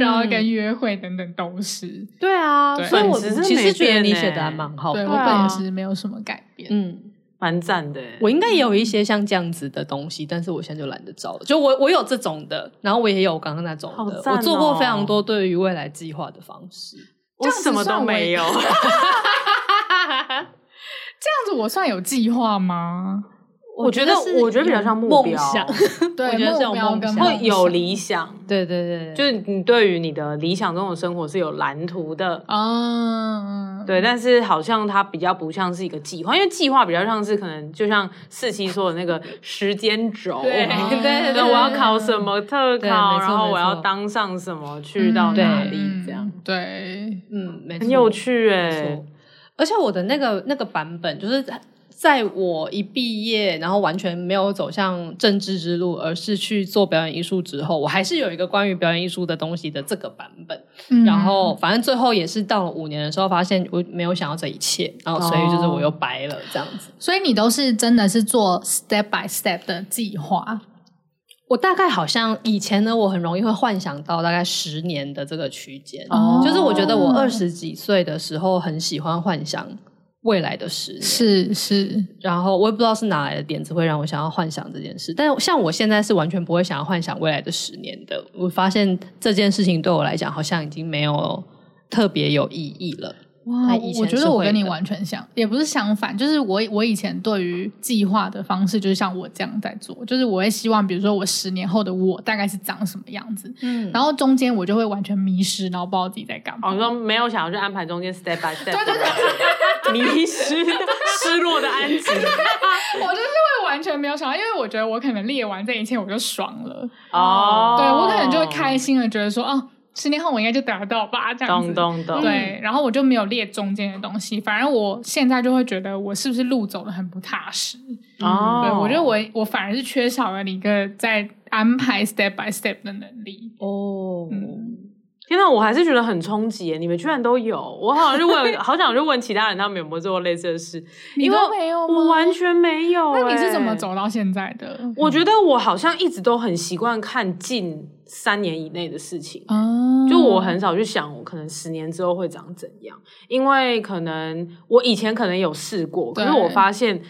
[SPEAKER 2] 然后 跟约会等等都是。
[SPEAKER 4] 对啊，
[SPEAKER 2] 对
[SPEAKER 4] 所以我
[SPEAKER 3] 本质是
[SPEAKER 4] 其
[SPEAKER 3] 没
[SPEAKER 4] 实觉得
[SPEAKER 3] 变
[SPEAKER 4] 你
[SPEAKER 3] 欸
[SPEAKER 4] 写的还蛮好
[SPEAKER 2] 对
[SPEAKER 4] 的。
[SPEAKER 2] 我
[SPEAKER 3] 啊
[SPEAKER 2] 本质没有什么改变。
[SPEAKER 4] 嗯。
[SPEAKER 3] 蛮赞的欸。
[SPEAKER 4] 我应该也有一些像这样子的东西，但是我现在就懒得找了。就我我有这种的，然后我也有刚刚那种
[SPEAKER 3] 好
[SPEAKER 4] 的，
[SPEAKER 3] 赞
[SPEAKER 4] 我做过
[SPEAKER 3] 哦
[SPEAKER 4] 非常多对于未来计划的方式。
[SPEAKER 3] 我什么都没 有，
[SPEAKER 2] 这样子我算有计划吗？
[SPEAKER 3] 我觉得
[SPEAKER 4] 是
[SPEAKER 3] 我觉得比较像目
[SPEAKER 4] 梦
[SPEAKER 3] 标，
[SPEAKER 4] 想，
[SPEAKER 2] 对，
[SPEAKER 4] 我觉得是有
[SPEAKER 2] 目标
[SPEAKER 4] 梦
[SPEAKER 2] 跟
[SPEAKER 4] 想
[SPEAKER 2] 梦
[SPEAKER 3] 会
[SPEAKER 2] 想
[SPEAKER 3] 有理想，
[SPEAKER 4] 对对对，
[SPEAKER 3] 就是你对于你的理想中的生活是有蓝图的。
[SPEAKER 2] 啊，
[SPEAKER 3] 对，但是好像它比较不像是一个计划，因为计划比较像是可能就像四七说的那个时间轴，
[SPEAKER 4] 对
[SPEAKER 2] 哦
[SPEAKER 4] 对对
[SPEAKER 3] 那
[SPEAKER 4] 对，
[SPEAKER 3] 我要考什么特
[SPEAKER 4] 对
[SPEAKER 3] 考，
[SPEAKER 4] 没错
[SPEAKER 3] 然后我要
[SPEAKER 4] 没错
[SPEAKER 3] 当上什么，去到哪里
[SPEAKER 2] 嗯
[SPEAKER 3] 这样，？
[SPEAKER 2] 对，
[SPEAKER 4] 嗯，没错，
[SPEAKER 3] 很有趣哎、
[SPEAKER 4] 没错。而且我的那个那个版本，就是在我一毕业，然后完全没有走向政治之路，而是去做表演艺术之后，我还是有一个关于表演艺术的东西的这个版本。
[SPEAKER 2] 嗯
[SPEAKER 4] 然后反正最后也是到了五年的时候，发现我没有想要这一切，然后所以就是我又掰了这样子。
[SPEAKER 2] 所以你都是真的是做 step by step 的计划，
[SPEAKER 4] 我大概好像以前呢，我很容易会幻想到大概十年的这个区间，
[SPEAKER 2] 哦
[SPEAKER 4] 就是我觉得我二十几岁的时候很喜欢幻想未来的十年，
[SPEAKER 2] 是是，
[SPEAKER 4] 然后我也不知道是哪来的点子会让我想要幻想这件事，但像我现在是完全不会想要幻想未来的十年的。我发现这件事情对我来讲好像已经没有特别有意义了。
[SPEAKER 2] 哇，
[SPEAKER 4] 他
[SPEAKER 2] 我
[SPEAKER 4] 以
[SPEAKER 2] 哦我
[SPEAKER 4] 前
[SPEAKER 2] 觉
[SPEAKER 4] 是
[SPEAKER 2] 得我
[SPEAKER 4] 会
[SPEAKER 2] 跟你
[SPEAKER 4] 的
[SPEAKER 2] 完全相，也不是相反，就是我我以前对于计划的方式，就是像我这样在做，就是我会希望，比如说我十年后的我大概是长什么样子，
[SPEAKER 4] 嗯
[SPEAKER 2] 然后中间我就会完全迷失，然后不知道自己在干嘛。
[SPEAKER 3] 哦，你说没有想要去安排中间 step by step，对对对，迷失的、失落的安吉。
[SPEAKER 2] 我就是会完全没有想到，因为我觉得我可能列完这一切我就爽了，
[SPEAKER 3] 哦，
[SPEAKER 2] 对我可能就会开心的觉得说，哦，十年后我应该就达到吧，这样子。
[SPEAKER 3] 咚咚咚，
[SPEAKER 2] 对，然后我就没有列中间的东西，反而我现在就会觉得我是不是路走的很不踏实？嗯
[SPEAKER 3] 哦，
[SPEAKER 2] 对我觉得我我反而是缺少了一个在安排 step by step 的能力。
[SPEAKER 4] 哦，
[SPEAKER 2] 嗯，
[SPEAKER 3] 天呐，我还是觉得很冲击耶！你们居然都有，我好想 就问，好想就问其他人他们有没有做过类似的事，
[SPEAKER 2] 你
[SPEAKER 3] 因为
[SPEAKER 2] 都没有吗
[SPEAKER 3] 我完全没有。欸
[SPEAKER 2] 那你是
[SPEAKER 3] 哎
[SPEAKER 2] 怎么？走到现在的？
[SPEAKER 3] 我觉得我好像一直都很习惯看近三年以内的事情，
[SPEAKER 2] 啊
[SPEAKER 3] 嗯就我很少去想我可能十年之后会长怎样，因为可能我以前可能有试过，可是
[SPEAKER 2] 对
[SPEAKER 3] 我发现。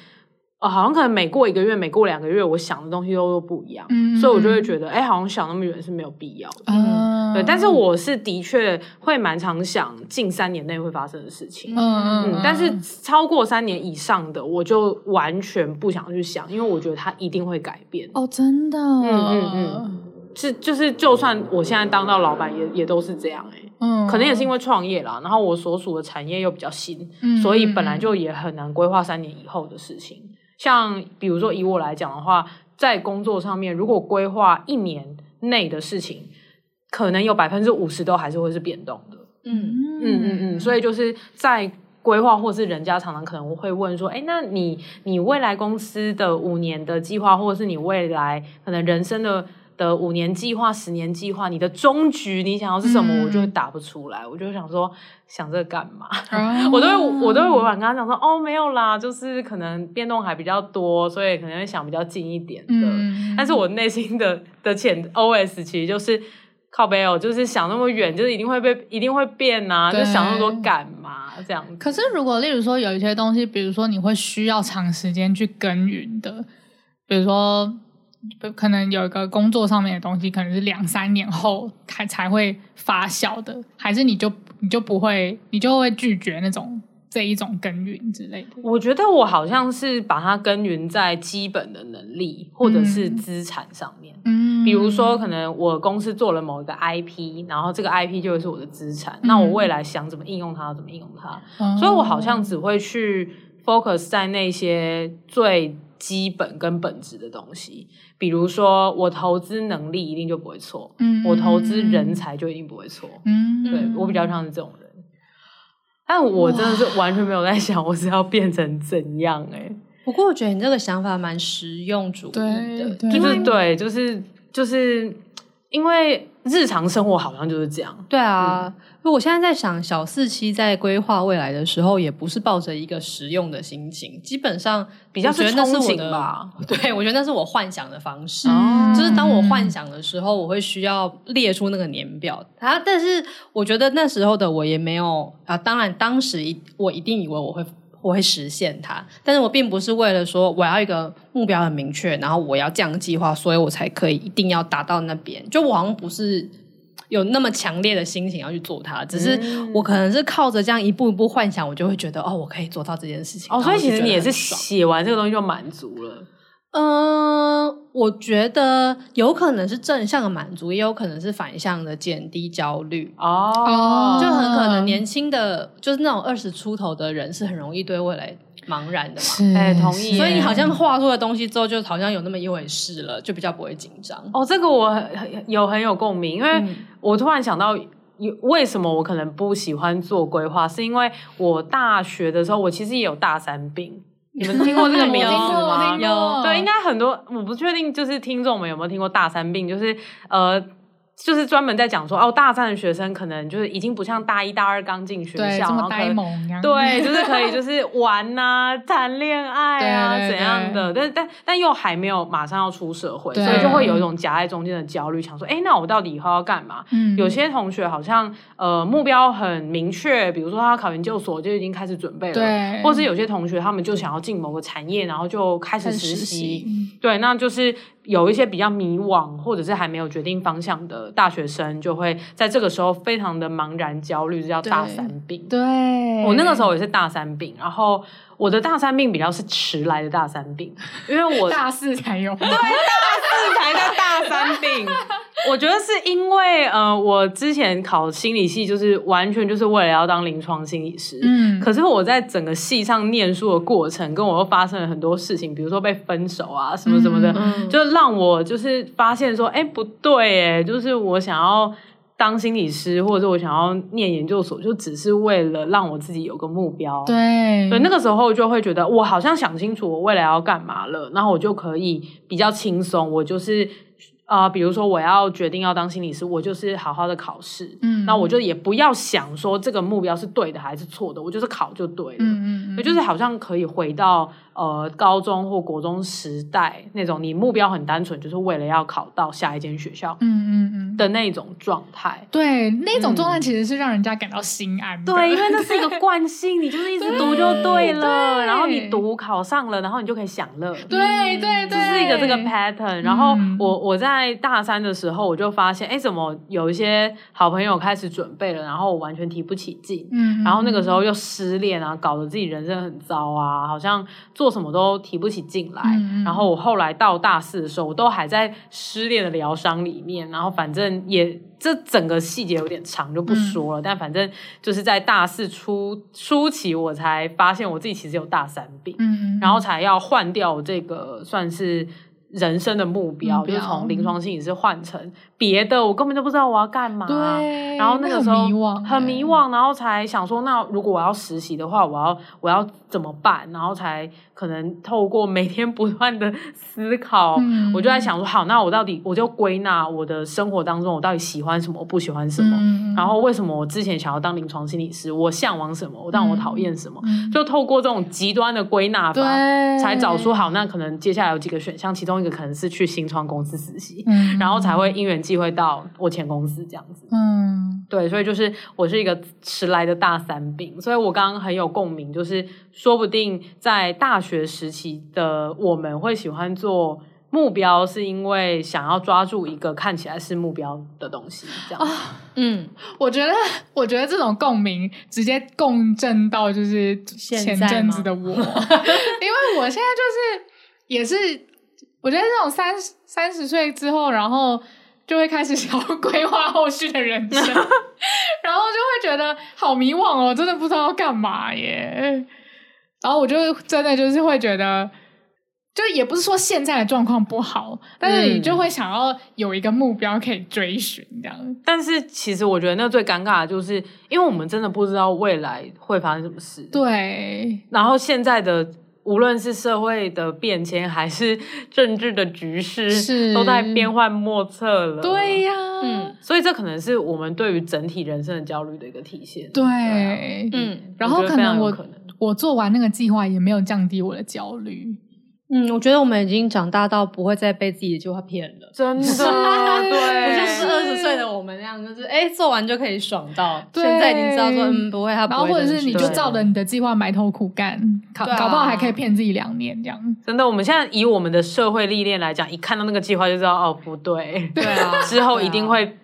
[SPEAKER 3] 呃，好像可能每过一个月、每过两个月，我想的东西都都不一样，
[SPEAKER 2] 嗯
[SPEAKER 3] 所以我就会
[SPEAKER 2] 嗯
[SPEAKER 3] 觉得，哎、好像想那么远是没有必要的。
[SPEAKER 2] 啊
[SPEAKER 3] 嗯对，但是我是的确会蛮常想近三年内会发生的事情，
[SPEAKER 2] 嗯嗯
[SPEAKER 3] 嗯
[SPEAKER 2] 嗯，
[SPEAKER 3] 但是超过三年以上的，我就完全不想去想，因为我觉得它一定会改变。
[SPEAKER 2] 哦，真的，嗯
[SPEAKER 3] 嗯嗯是就是，就算我现在当到老板也，也都是这样哎、
[SPEAKER 2] 嗯
[SPEAKER 3] 可能也是因为创业啦，然后我所属的产业又比较新，
[SPEAKER 2] 嗯
[SPEAKER 3] 所以本来就也很难规划三年以后的事情。像比如说以我来讲的话，在工作上面，如果规划一年内的事情，可能有百分之五十都还是会是变动的。
[SPEAKER 4] 嗯，
[SPEAKER 2] 嗯
[SPEAKER 3] 嗯嗯嗯，所
[SPEAKER 2] 以
[SPEAKER 3] 以就是在规划，或是人家常常可能会问说，哎，那你你未来公司的五年的计划，或者是你未来可能人生的的五年计划、十年计划，你的终局你想要是什么，
[SPEAKER 2] 嗯
[SPEAKER 3] 我就打不出来，我就想说想这干嘛？
[SPEAKER 2] 哦
[SPEAKER 3] 我都会
[SPEAKER 2] 嗯
[SPEAKER 3] 我都会委婉跟他讲说，哦，没有啦，就是可能变动还比较多，所以可能会想比较近一点的。
[SPEAKER 2] 嗯，
[SPEAKER 3] 但是我内心的的潜 OS 其实就是靠背哦，就是想那么远，就是一定会被一定会变呐、
[SPEAKER 2] 对
[SPEAKER 3] 就想那么多干嘛这样子。
[SPEAKER 2] 可是，如果例如说有一些东西，比如说你会需要长时间去耕耘的，比如说可能有一个工作上面的东西，可能是两三年后才才会发酵的，还是你就你就不会，你就会拒绝那种这一种耕耘之类的。
[SPEAKER 3] 我觉得我好像是把它耕耘在基本的能力或者是
[SPEAKER 2] 嗯
[SPEAKER 3] 资产上面。
[SPEAKER 2] 嗯
[SPEAKER 3] 比如说，可能我公司做了某一个 IP，然后这个 IP 就会是我的资产。
[SPEAKER 2] 嗯
[SPEAKER 3] 那我未来想怎么应用它，怎么应用它，
[SPEAKER 2] 能
[SPEAKER 3] 所以我好像只会去 focus 在那些最基本跟本质的东西，比如说我投资能力一定就不会错，
[SPEAKER 2] 嗯
[SPEAKER 3] 我投资人，才就一定不会错。
[SPEAKER 2] 嗯，
[SPEAKER 3] 对我比较像是这种人，但我真的是完全没有在想我是要变成怎样哎、
[SPEAKER 4] 不过我觉得你这个想法蛮实用主义
[SPEAKER 2] 对
[SPEAKER 4] 的，
[SPEAKER 2] 对，
[SPEAKER 3] 就
[SPEAKER 2] 因
[SPEAKER 3] 是
[SPEAKER 2] 为
[SPEAKER 3] 对，就是就是因为日常生活好像就是这样，
[SPEAKER 4] 对
[SPEAKER 2] 嗯
[SPEAKER 4] 啊，因为我现在在想，小四七在规划未来的时候，也不是抱着一个实用的心情，基本上
[SPEAKER 3] 比较
[SPEAKER 4] 我觉得
[SPEAKER 3] 是
[SPEAKER 4] 那是
[SPEAKER 3] 憧
[SPEAKER 4] 我
[SPEAKER 3] 憬
[SPEAKER 4] 的
[SPEAKER 3] 吧。
[SPEAKER 4] 对我觉得那是我幻想的方式。
[SPEAKER 3] 嗯
[SPEAKER 2] 哦
[SPEAKER 4] 嗯就是当我
[SPEAKER 5] 嗯
[SPEAKER 4] 幻想的时候，我会需要列出那个年表。啊，但是我觉得那时候的我也没有啊，当然当时一我一定以为我会我会实现它，但是我并不是为了说我要一个目标很明确，然后我要这样计划，所以我才可以一定要达到那边。就我好像不是。有那么强烈的心情要去做它，只是
[SPEAKER 3] 嗯
[SPEAKER 4] 我可能是靠着这样一步一步幻想，我就会觉得哦，我可以做到这件事情。
[SPEAKER 3] 哦，所以其实你也是
[SPEAKER 4] 爽。
[SPEAKER 3] 写完这个东西就满足了。
[SPEAKER 4] 嗯，我觉得有可能是正向的满足，也有可能是反向的减低焦虑。
[SPEAKER 2] 哦
[SPEAKER 4] 就很可
[SPEAKER 2] 嗯
[SPEAKER 4] 能年轻的，就是那种二十出头的人，是很容易对未来茫然的嘛。
[SPEAKER 2] 是
[SPEAKER 3] 哎同意
[SPEAKER 2] 是
[SPEAKER 4] 所以你好像画出了东西之后，就好像有那么一回事了，就比较不会紧张。
[SPEAKER 3] 哦，这个我很很有很有共鸣，因为
[SPEAKER 4] 嗯
[SPEAKER 3] 我突然想到有。为什么我可能不喜欢做规划？是因为我大学的时候，我其实也有大三病。你们听过这个名字
[SPEAKER 4] 有
[SPEAKER 3] 吗？
[SPEAKER 2] 有有
[SPEAKER 3] 对，应该很多，我不确定，就是听众们有没有听过大三病，就是呃。就是专门在讲说哦，大三的学生可能就是已经不像大一、大二刚进学校，
[SPEAKER 2] 对这
[SPEAKER 3] 然后
[SPEAKER 2] 么
[SPEAKER 3] 可
[SPEAKER 2] 呆
[SPEAKER 3] 能
[SPEAKER 2] 萌嗯这样，
[SPEAKER 3] 对，就是可以，就是玩呐、谈恋爱啊，
[SPEAKER 2] 对对
[SPEAKER 3] 怎样的？但但但又还没有马上要出社会，
[SPEAKER 2] 对
[SPEAKER 3] 所以就会有一种夹在中间的焦虑，想说，哎，那我到底以后要干嘛？
[SPEAKER 2] 嗯
[SPEAKER 3] 有些同学好像呃目标很明确，比如说他要考研究所就已经开始准备了，
[SPEAKER 2] 对，
[SPEAKER 3] 或是有些同学他们就想要进某个产业，然后就开始
[SPEAKER 2] 开始
[SPEAKER 3] 实
[SPEAKER 2] 实
[SPEAKER 3] 习
[SPEAKER 2] 习，
[SPEAKER 3] 对，那就是有一些比较迷惘或者是还没有决定方向的大学生，就会在这个时候非常的茫然焦虑，这叫大
[SPEAKER 2] 对
[SPEAKER 3] 三病。
[SPEAKER 2] 对，
[SPEAKER 3] 我那个时候也是大三病，然后我的大三病比较是迟来的大三病，因为 我
[SPEAKER 2] 大四才有，对，
[SPEAKER 3] 四才叫大三病。我觉得是因为呃，我之前考心理系就是完全就是为了要当临床心理师，
[SPEAKER 2] 嗯
[SPEAKER 3] 可是我在整个系上念书的过程，跟我又发生了很多事情，比如说被分手啊，什么什么的，
[SPEAKER 2] 嗯
[SPEAKER 3] 就让我就是发现说，哎、不对，哎，就是我想要当心理师，或者是我想要念研究所，就只是为了让我自己有个目标。
[SPEAKER 2] 对
[SPEAKER 3] 对，那个时候就会觉得我好像想清楚我未来要干嘛了，然后我就可以比较轻松。我就是啊、呃比如说我要决定要当心理师，我就是好好的考试，
[SPEAKER 2] 嗯
[SPEAKER 3] 那我就也不要想说这个目标是对的还是错的，我就是考就对了。
[SPEAKER 2] 嗯嗯嗯，
[SPEAKER 3] 对就是好像可以回到呃高中或国中时代那种，你目标很单纯，就是为了要考到下一间学校
[SPEAKER 2] 嗯嗯嗯，
[SPEAKER 3] 的那种状态。
[SPEAKER 2] 对，那种
[SPEAKER 3] 嗯
[SPEAKER 2] 状态其实是让人家感到心安的。
[SPEAKER 3] 对，因为那是一个惯性，你就是一直读就对了，然后你读考上了，然后你就可以享乐。
[SPEAKER 2] 对对对，
[SPEAKER 3] 这是一个这个 pattern，然后
[SPEAKER 2] 嗯
[SPEAKER 3] 我我在大三的时候，我就发现，哎，怎么有一些好朋友开始准备了，然后我完全提不起劲，
[SPEAKER 2] 嗯，嗯，
[SPEAKER 3] 然后那个
[SPEAKER 2] 嗯
[SPEAKER 3] 时候又失恋啊，搞得自己人生很糟啊，好像做什么都提不起劲来。
[SPEAKER 2] 嗯嗯
[SPEAKER 3] 然后我后来到大四的时候，我都还在失恋的疗伤里面，然后反正也这整个细节有点长
[SPEAKER 2] 嗯
[SPEAKER 3] 就不说了，但反正就是在大四初初期，我才发现我自己其实有大三病，
[SPEAKER 2] 嗯，嗯
[SPEAKER 3] 然后才要换掉这个算是。人生的目标
[SPEAKER 2] 目标
[SPEAKER 3] 就是从临床心理师换成别的，我根本就不知道我要干嘛。
[SPEAKER 2] 对，
[SPEAKER 3] 啊然后那个
[SPEAKER 2] 很
[SPEAKER 3] 时候
[SPEAKER 2] 迷惘，
[SPEAKER 3] 很迷
[SPEAKER 2] 欸。
[SPEAKER 3] 惘，然后才想说，那如果我要实习的话，我要我要怎么办？然后才可能透过每天不断的思考，
[SPEAKER 2] 嗯
[SPEAKER 3] 我就在想说，好，那我到底我就归纳我的生活当中，我到底喜欢什么，我不喜欢什么，
[SPEAKER 2] 嗯
[SPEAKER 3] 然后为什么我之前想要当临床心理师，我向往什么，我但我讨厌什么，
[SPEAKER 2] 嗯
[SPEAKER 3] 就透过这种极端的归纳
[SPEAKER 2] 对
[SPEAKER 3] 法，才找出，好，那可能接下来有几个选项，其中一个可能是去新创公司实习。
[SPEAKER 2] 嗯
[SPEAKER 3] 然后才会因缘际会到我前公司这样子，
[SPEAKER 2] 嗯
[SPEAKER 3] 对，所以就是我是一个迟来的大三病，所以我刚刚很有共鸣，就是说不定在大学时期的我们会喜欢做目标，是因为想要抓住一个看起来是目标的东西，这样。
[SPEAKER 2] 哦
[SPEAKER 4] 嗯，
[SPEAKER 2] 我觉得， 我觉得这种共鸣直接共振到就是前
[SPEAKER 4] 现在吗
[SPEAKER 2] 阵子的我，因 为我现在就是也是，我觉得这种三三十岁之后，然后就会开始想要规划后续的人 生，然后就会觉得好迷惘哦，真的不知道要干嘛耶。然后我就真的就是会觉得，就也不是说现在的状况不好，但是你
[SPEAKER 3] 嗯
[SPEAKER 2] 就会想要有一个目标可以追寻这样。
[SPEAKER 3] 但是其实我觉得那最尴尬的就是，因为我们真的不知道未来会发生什么事。
[SPEAKER 2] 对，
[SPEAKER 3] 然后现在的无论是社会的变迁，还是政治的局势，
[SPEAKER 2] 是
[SPEAKER 3] 都在变幻莫测了。
[SPEAKER 2] 对呀、
[SPEAKER 4] 嗯
[SPEAKER 3] 所以这可能是我们对于整体人生的焦虑的一个体现。
[SPEAKER 2] 对。
[SPEAKER 3] 啊
[SPEAKER 4] 嗯
[SPEAKER 2] 然后
[SPEAKER 3] 我觉
[SPEAKER 2] 可
[SPEAKER 3] 得非常
[SPEAKER 2] 能
[SPEAKER 3] 有
[SPEAKER 2] 我
[SPEAKER 3] 可能
[SPEAKER 2] 我做完那个计划也没有降低我的焦虑，
[SPEAKER 4] 嗯，我觉得我们已经长大到不会再被自己的计划骗了。
[SPEAKER 3] 真的
[SPEAKER 4] 不
[SPEAKER 3] 对，
[SPEAKER 4] 像
[SPEAKER 2] 是
[SPEAKER 4] 是二十岁的我们那样，就是哎、做完就可以爽到。
[SPEAKER 2] 对
[SPEAKER 4] 现在已经知道说，嗯，不会，他不
[SPEAKER 2] 然
[SPEAKER 4] 会
[SPEAKER 2] 后或者
[SPEAKER 4] 真的
[SPEAKER 2] 是你就
[SPEAKER 3] 对
[SPEAKER 2] 照着你的计划埋头苦干，搞、
[SPEAKER 4] 对啊
[SPEAKER 2] 搞不好还可以骗自己两年这样。
[SPEAKER 3] 真的，我们现在以我们的社会历练来讲，一看到那个计划就知道哦，不对，
[SPEAKER 4] 对啊，
[SPEAKER 3] 之后
[SPEAKER 4] 对啊
[SPEAKER 3] 一定会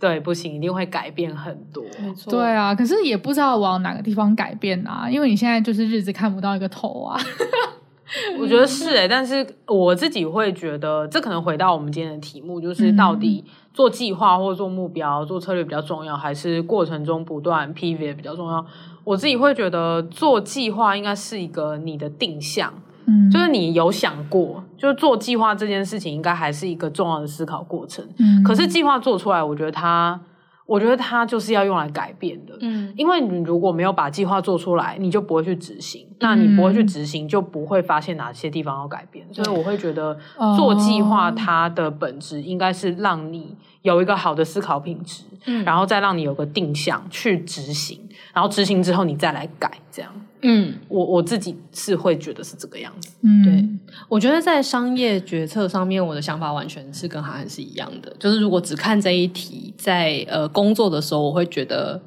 [SPEAKER 3] 对不行，一定会改变很多。
[SPEAKER 4] 没错，
[SPEAKER 2] 对啊，可是也不知道往哪个地方改变啊，因为你现在就是日子看不到一个头 啊。
[SPEAKER 3] 我觉得是诶、但是我自己会觉得，这可能回到我们今天的题目，就是
[SPEAKER 2] 嗯
[SPEAKER 3] 到底做计划或做目标、做策略比较重要，还是过程中不断 pivot 比较重要？我自己会觉得，做计划应该是一个你的定向，
[SPEAKER 2] 嗯，
[SPEAKER 3] 就是你有想过，就是做计划这件事情，应该还是一个重要的思考过程。
[SPEAKER 2] 嗯，
[SPEAKER 3] 可是计划做出来，我觉得它，我觉得它就是要用来改变的。
[SPEAKER 4] 嗯，
[SPEAKER 3] 因为你如果没有把计划做出来，你就不会去执行，
[SPEAKER 2] 嗯
[SPEAKER 3] 那你不会去执行，就不会发现哪些地方要改变。所以我会觉得
[SPEAKER 2] 哦
[SPEAKER 3] 做计划它的本质应该是让你有一个好的思考品质，
[SPEAKER 4] 嗯
[SPEAKER 3] 然后再让你有个定向去执行，然后执行之后你再来改，这样。
[SPEAKER 4] 嗯，
[SPEAKER 3] 我我自己是会觉得是这个样子。
[SPEAKER 2] 嗯，
[SPEAKER 4] 对我觉得在商业决策上面，我的想法完全是跟韩寒是一样的。就是如果只看这一题，在呃工作的时候，我会觉得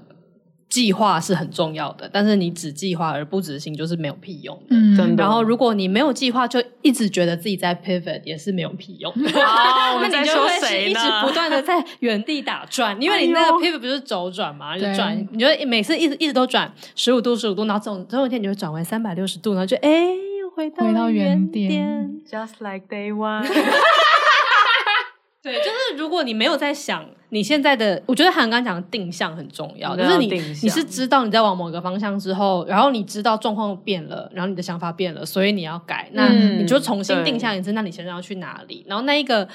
[SPEAKER 4] 计划是很重要的，但是你只计划而不执行，就是没有屁用的。
[SPEAKER 2] 嗯，
[SPEAKER 3] 真的
[SPEAKER 4] 然后，如果你没有计划，就一直觉得自己在 pivot，也是没有屁 用的。
[SPEAKER 2] 哦
[SPEAKER 3] 啊
[SPEAKER 4] 那你就会是一直不断的在原地打转，因为你那个 pivot 不是轴转嘛，就
[SPEAKER 2] 哎对
[SPEAKER 4] 转，你就每次一直一直都转十五度十五度，然后总总有一天你就转为三百六十度，然后就哎又回到
[SPEAKER 2] 回到原
[SPEAKER 4] 点。
[SPEAKER 2] 点
[SPEAKER 3] Just like day one，
[SPEAKER 4] 对，就是如果你没有在想你现在的，我觉得韩刚讲的定向很重要，
[SPEAKER 3] 对
[SPEAKER 4] 就是你
[SPEAKER 3] 要定向
[SPEAKER 4] 你是知道你在往某个方向之后，然后你知道状况变了，然后你的想法变了，所以你要改，那
[SPEAKER 3] 嗯
[SPEAKER 4] 你就重新
[SPEAKER 3] 对
[SPEAKER 4] 定向一次，那你现在要去哪里？然后那一个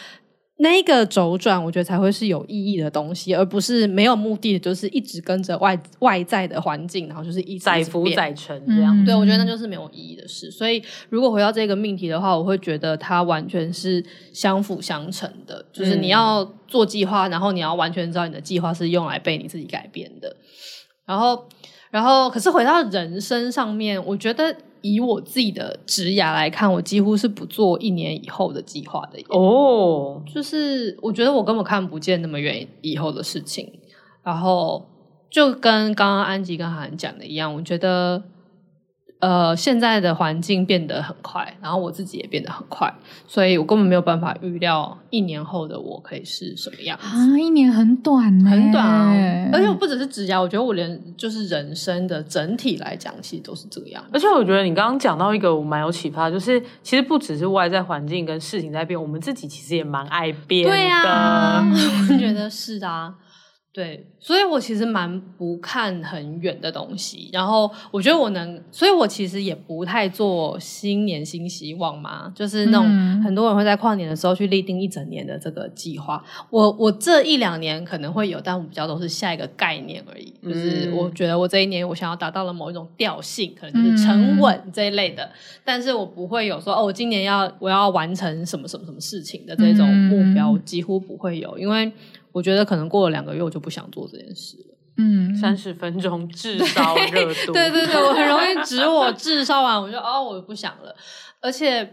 [SPEAKER 4] 那一个轴转，我觉得才会是有意义的东西，而不是没有目的的，就是一直跟着外外在的环境，然后就是一直
[SPEAKER 3] 载
[SPEAKER 4] 一直
[SPEAKER 3] 浮
[SPEAKER 4] 变嗯
[SPEAKER 3] 载沉这样。
[SPEAKER 4] 对，我觉得那
[SPEAKER 2] 嗯
[SPEAKER 4] 就是没有意义的事。所以，如果回到这个命题的话，我会觉得它完全是相辅相成的，就是你要做计划，然后你要完全知道你的计划是用来被你自己改变的。然后，然后，可是回到人生上面，我觉得以我自己的职涯来看，我几乎是不做一年以后的计划的耶。
[SPEAKER 3] 哦，
[SPEAKER 4] 就是我觉得我根本看不见那么远以后的事情，然后就跟刚刚安吉跟韩讲的一样，我觉得呃现在的环境变得很快，然后我自己也变得很快，所以我根本没有办法预料一年后的我可以是什么样子。
[SPEAKER 2] 啊，一哎年很短呢、
[SPEAKER 4] 很短啊，而且我不只是指甲，我觉得我连就是人生的整体来讲，其实都是这个样子。
[SPEAKER 3] 而且我觉得你刚刚讲到一个我蛮有启发，就是其实不只是外在环境跟事情在变，我们自己其实也蛮爱变的。
[SPEAKER 4] 对啊，我
[SPEAKER 2] 嗯
[SPEAKER 4] 觉得是的啊。对，所以我其实蛮不看很远的东西，然后我觉得我能，所以我其实也不太做新年新希望嘛，就是那种
[SPEAKER 2] 嗯
[SPEAKER 4] 很多人会在跨年的时候去立定一整年的这个计划。我我这一两年可能会有，但我比较都是下一个概念而已，就是
[SPEAKER 3] 嗯
[SPEAKER 4] 我觉得我这一年我想要达到了某一种调性，可能就是
[SPEAKER 2] 嗯
[SPEAKER 4] 沉稳这一类的，但是我不会有说哦，我今年要我要完成什么什么什么事情的这种目标，
[SPEAKER 2] 嗯
[SPEAKER 4] 我几乎不会有，因为我觉得可能过了两个月我就不想做这件事了。
[SPEAKER 2] 嗯，
[SPEAKER 3] 三十分钟至少热度，
[SPEAKER 4] 对对对，我很容易指我智烧完，我就哦，我不想了。而且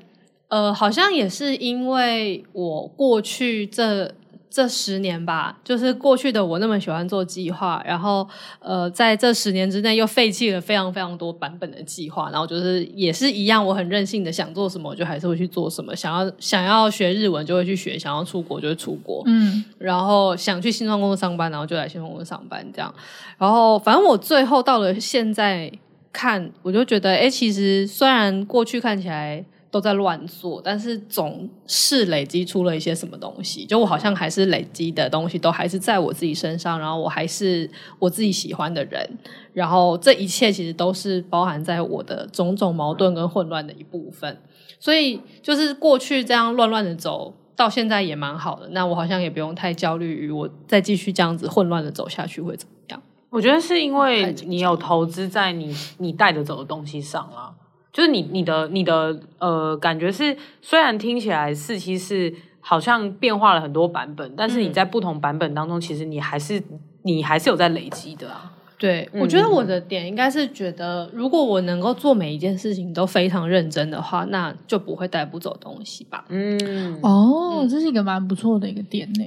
[SPEAKER 4] 呃，好像也是因为我过去这。这十年吧，就是过去的我那么喜欢做计划，然后呃，在这十年之内又废弃了非常非常多版本的计划，然后就是也是一样，我很任性的想做什么，我就还是会去做什么。想要想要学日文就会去学，想要出国就会出国，
[SPEAKER 2] 嗯
[SPEAKER 4] 然后想去新创公司上班，然后就来新创公司上班这样。然后反正我最后到了现在看，我就觉得，哎，其实虽然过去看起来都在乱做，但是总是累积出了一些什么东西。就我好像还是累积的东西都还是在我自己身上，然后我还是我自己喜欢的人，然后这一切其实都是包含在我的种种矛盾跟混乱的一部分。所以就是过去这样乱乱的走，到现在也蛮好的。那我好像也不用太焦虑于我再继续这样子混乱的走下去会怎么样。
[SPEAKER 3] 我觉得是因
[SPEAKER 4] 太
[SPEAKER 3] 为
[SPEAKER 4] 紧张
[SPEAKER 3] 你有投资在你你带着走的东西上啊，就是你你的你的呃感觉是，虽然听起来四期是好像变化了很多版本，但是你
[SPEAKER 4] 嗯
[SPEAKER 3] 在不同版本当中，其实你还是你还是有在累积的啊。
[SPEAKER 4] 对，
[SPEAKER 3] 嗯
[SPEAKER 4] 我觉得我的点应该是觉得，如果我能够做每一件事情都非常认真的话，那就不会带不走东西吧。
[SPEAKER 3] 嗯，
[SPEAKER 2] 哦，这是一个蛮不错的一个点呢、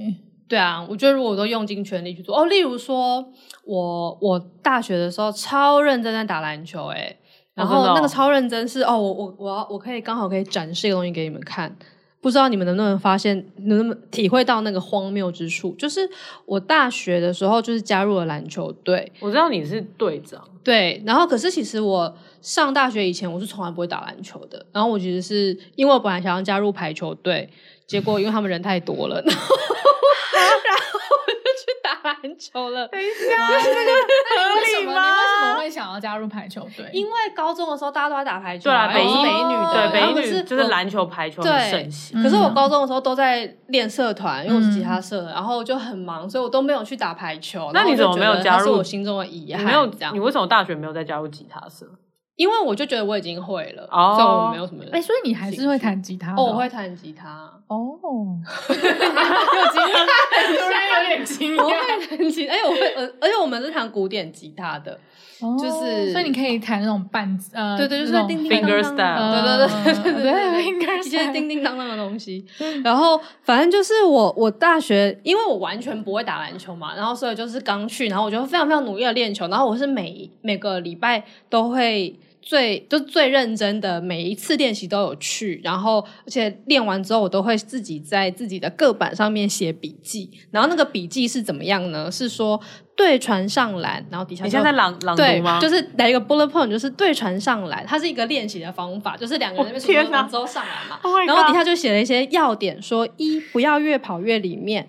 [SPEAKER 4] 对啊，我觉得如果我都用尽全力去做，哦，例如说我我大学的时候超认真在打篮球、欸，然
[SPEAKER 3] 真
[SPEAKER 4] 后
[SPEAKER 3] 的哦
[SPEAKER 4] 那个超认真是哦，我我我要我可以刚好可以展示一个东西给你们看，不知道你们能不能发现，能不能体会到那个荒谬之处？就是我大学的时候就是加入了篮球队，
[SPEAKER 3] 我知道你是队长，
[SPEAKER 4] 对，然后可是其实我上大学以前我是从来不会打篮球的，然后我其实是因为我本来想要加入排球队，结果因为他们人太多了，然 后然后我就去打篮球了。
[SPEAKER 2] 那你为
[SPEAKER 3] 合
[SPEAKER 2] 什
[SPEAKER 3] 理
[SPEAKER 2] 么
[SPEAKER 3] 吗
[SPEAKER 2] 你为什么会想要加入排球队？
[SPEAKER 4] 因为高中的时候大家都在打排球
[SPEAKER 3] 对
[SPEAKER 4] 啊，
[SPEAKER 3] 啊，
[SPEAKER 4] 然
[SPEAKER 3] 北
[SPEAKER 4] 后
[SPEAKER 3] 一
[SPEAKER 4] 我是北一女的，然
[SPEAKER 3] 对
[SPEAKER 4] 后可
[SPEAKER 3] 北一女就是
[SPEAKER 4] 我
[SPEAKER 3] 篮球排球很
[SPEAKER 4] 对
[SPEAKER 3] 盛行。
[SPEAKER 2] 嗯
[SPEAKER 4] 可是我高中的时候都在练社团，因为我是吉他社的，然后就很忙，所以我都没有去打排球。
[SPEAKER 3] 那你
[SPEAKER 4] 然后我就
[SPEAKER 3] 怎么没有
[SPEAKER 4] 觉得
[SPEAKER 3] 加
[SPEAKER 4] 它是
[SPEAKER 3] 入
[SPEAKER 4] 我心中的遗
[SPEAKER 3] 你
[SPEAKER 4] 憾，
[SPEAKER 3] 没有
[SPEAKER 4] 这样
[SPEAKER 3] 你，为什么大学没有再加入吉他社？
[SPEAKER 4] 因为我就觉得我已经会了，
[SPEAKER 3] 哦
[SPEAKER 4] 所以我没有什么。
[SPEAKER 2] 哎、所以你还是会弹吉他的
[SPEAKER 4] 哦，我会弹吉他，
[SPEAKER 2] 哦，有经验，
[SPEAKER 4] 哦
[SPEAKER 2] 突然有点经
[SPEAKER 4] 我
[SPEAKER 2] 验，
[SPEAKER 4] 会弹吉，而且我会，呃而且我们是弹古典吉他的，就是
[SPEAKER 2] 所以你可以弹那种伴呃，
[SPEAKER 4] 对对，就是
[SPEAKER 2] 那种
[SPEAKER 4] 叮叮
[SPEAKER 3] finger
[SPEAKER 4] 当当
[SPEAKER 3] style
[SPEAKER 4] 当当对对对对对
[SPEAKER 2] 嗯
[SPEAKER 4] 对
[SPEAKER 2] 对，finger
[SPEAKER 4] 一些
[SPEAKER 2] style
[SPEAKER 4] 叮叮当当的东西。然后反正就是我，我大学因为我完全不会打篮球嘛，然后所以就是刚去，然后我就非常非常努力的练球，然后我是每每个礼拜都会。最就最认真的每一次练习都有去，然后而且练完之后我都会自己在自己的个板上面写笔记，然后那个笔记是怎么样呢？是说对传上篮，然后底下
[SPEAKER 3] 你
[SPEAKER 4] 就
[SPEAKER 3] 现在在朗朗
[SPEAKER 4] 对
[SPEAKER 3] 读吗？，
[SPEAKER 4] 就是来一个 bullet point，就是对传上篮，它是一个练习的方法，就是两个人在那边数
[SPEAKER 3] 天
[SPEAKER 4] 数
[SPEAKER 3] 哪
[SPEAKER 4] 数之后上篮嘛
[SPEAKER 3] Oh my，
[SPEAKER 4] 然后底下就写了一些要点，说一不要越跑越里面，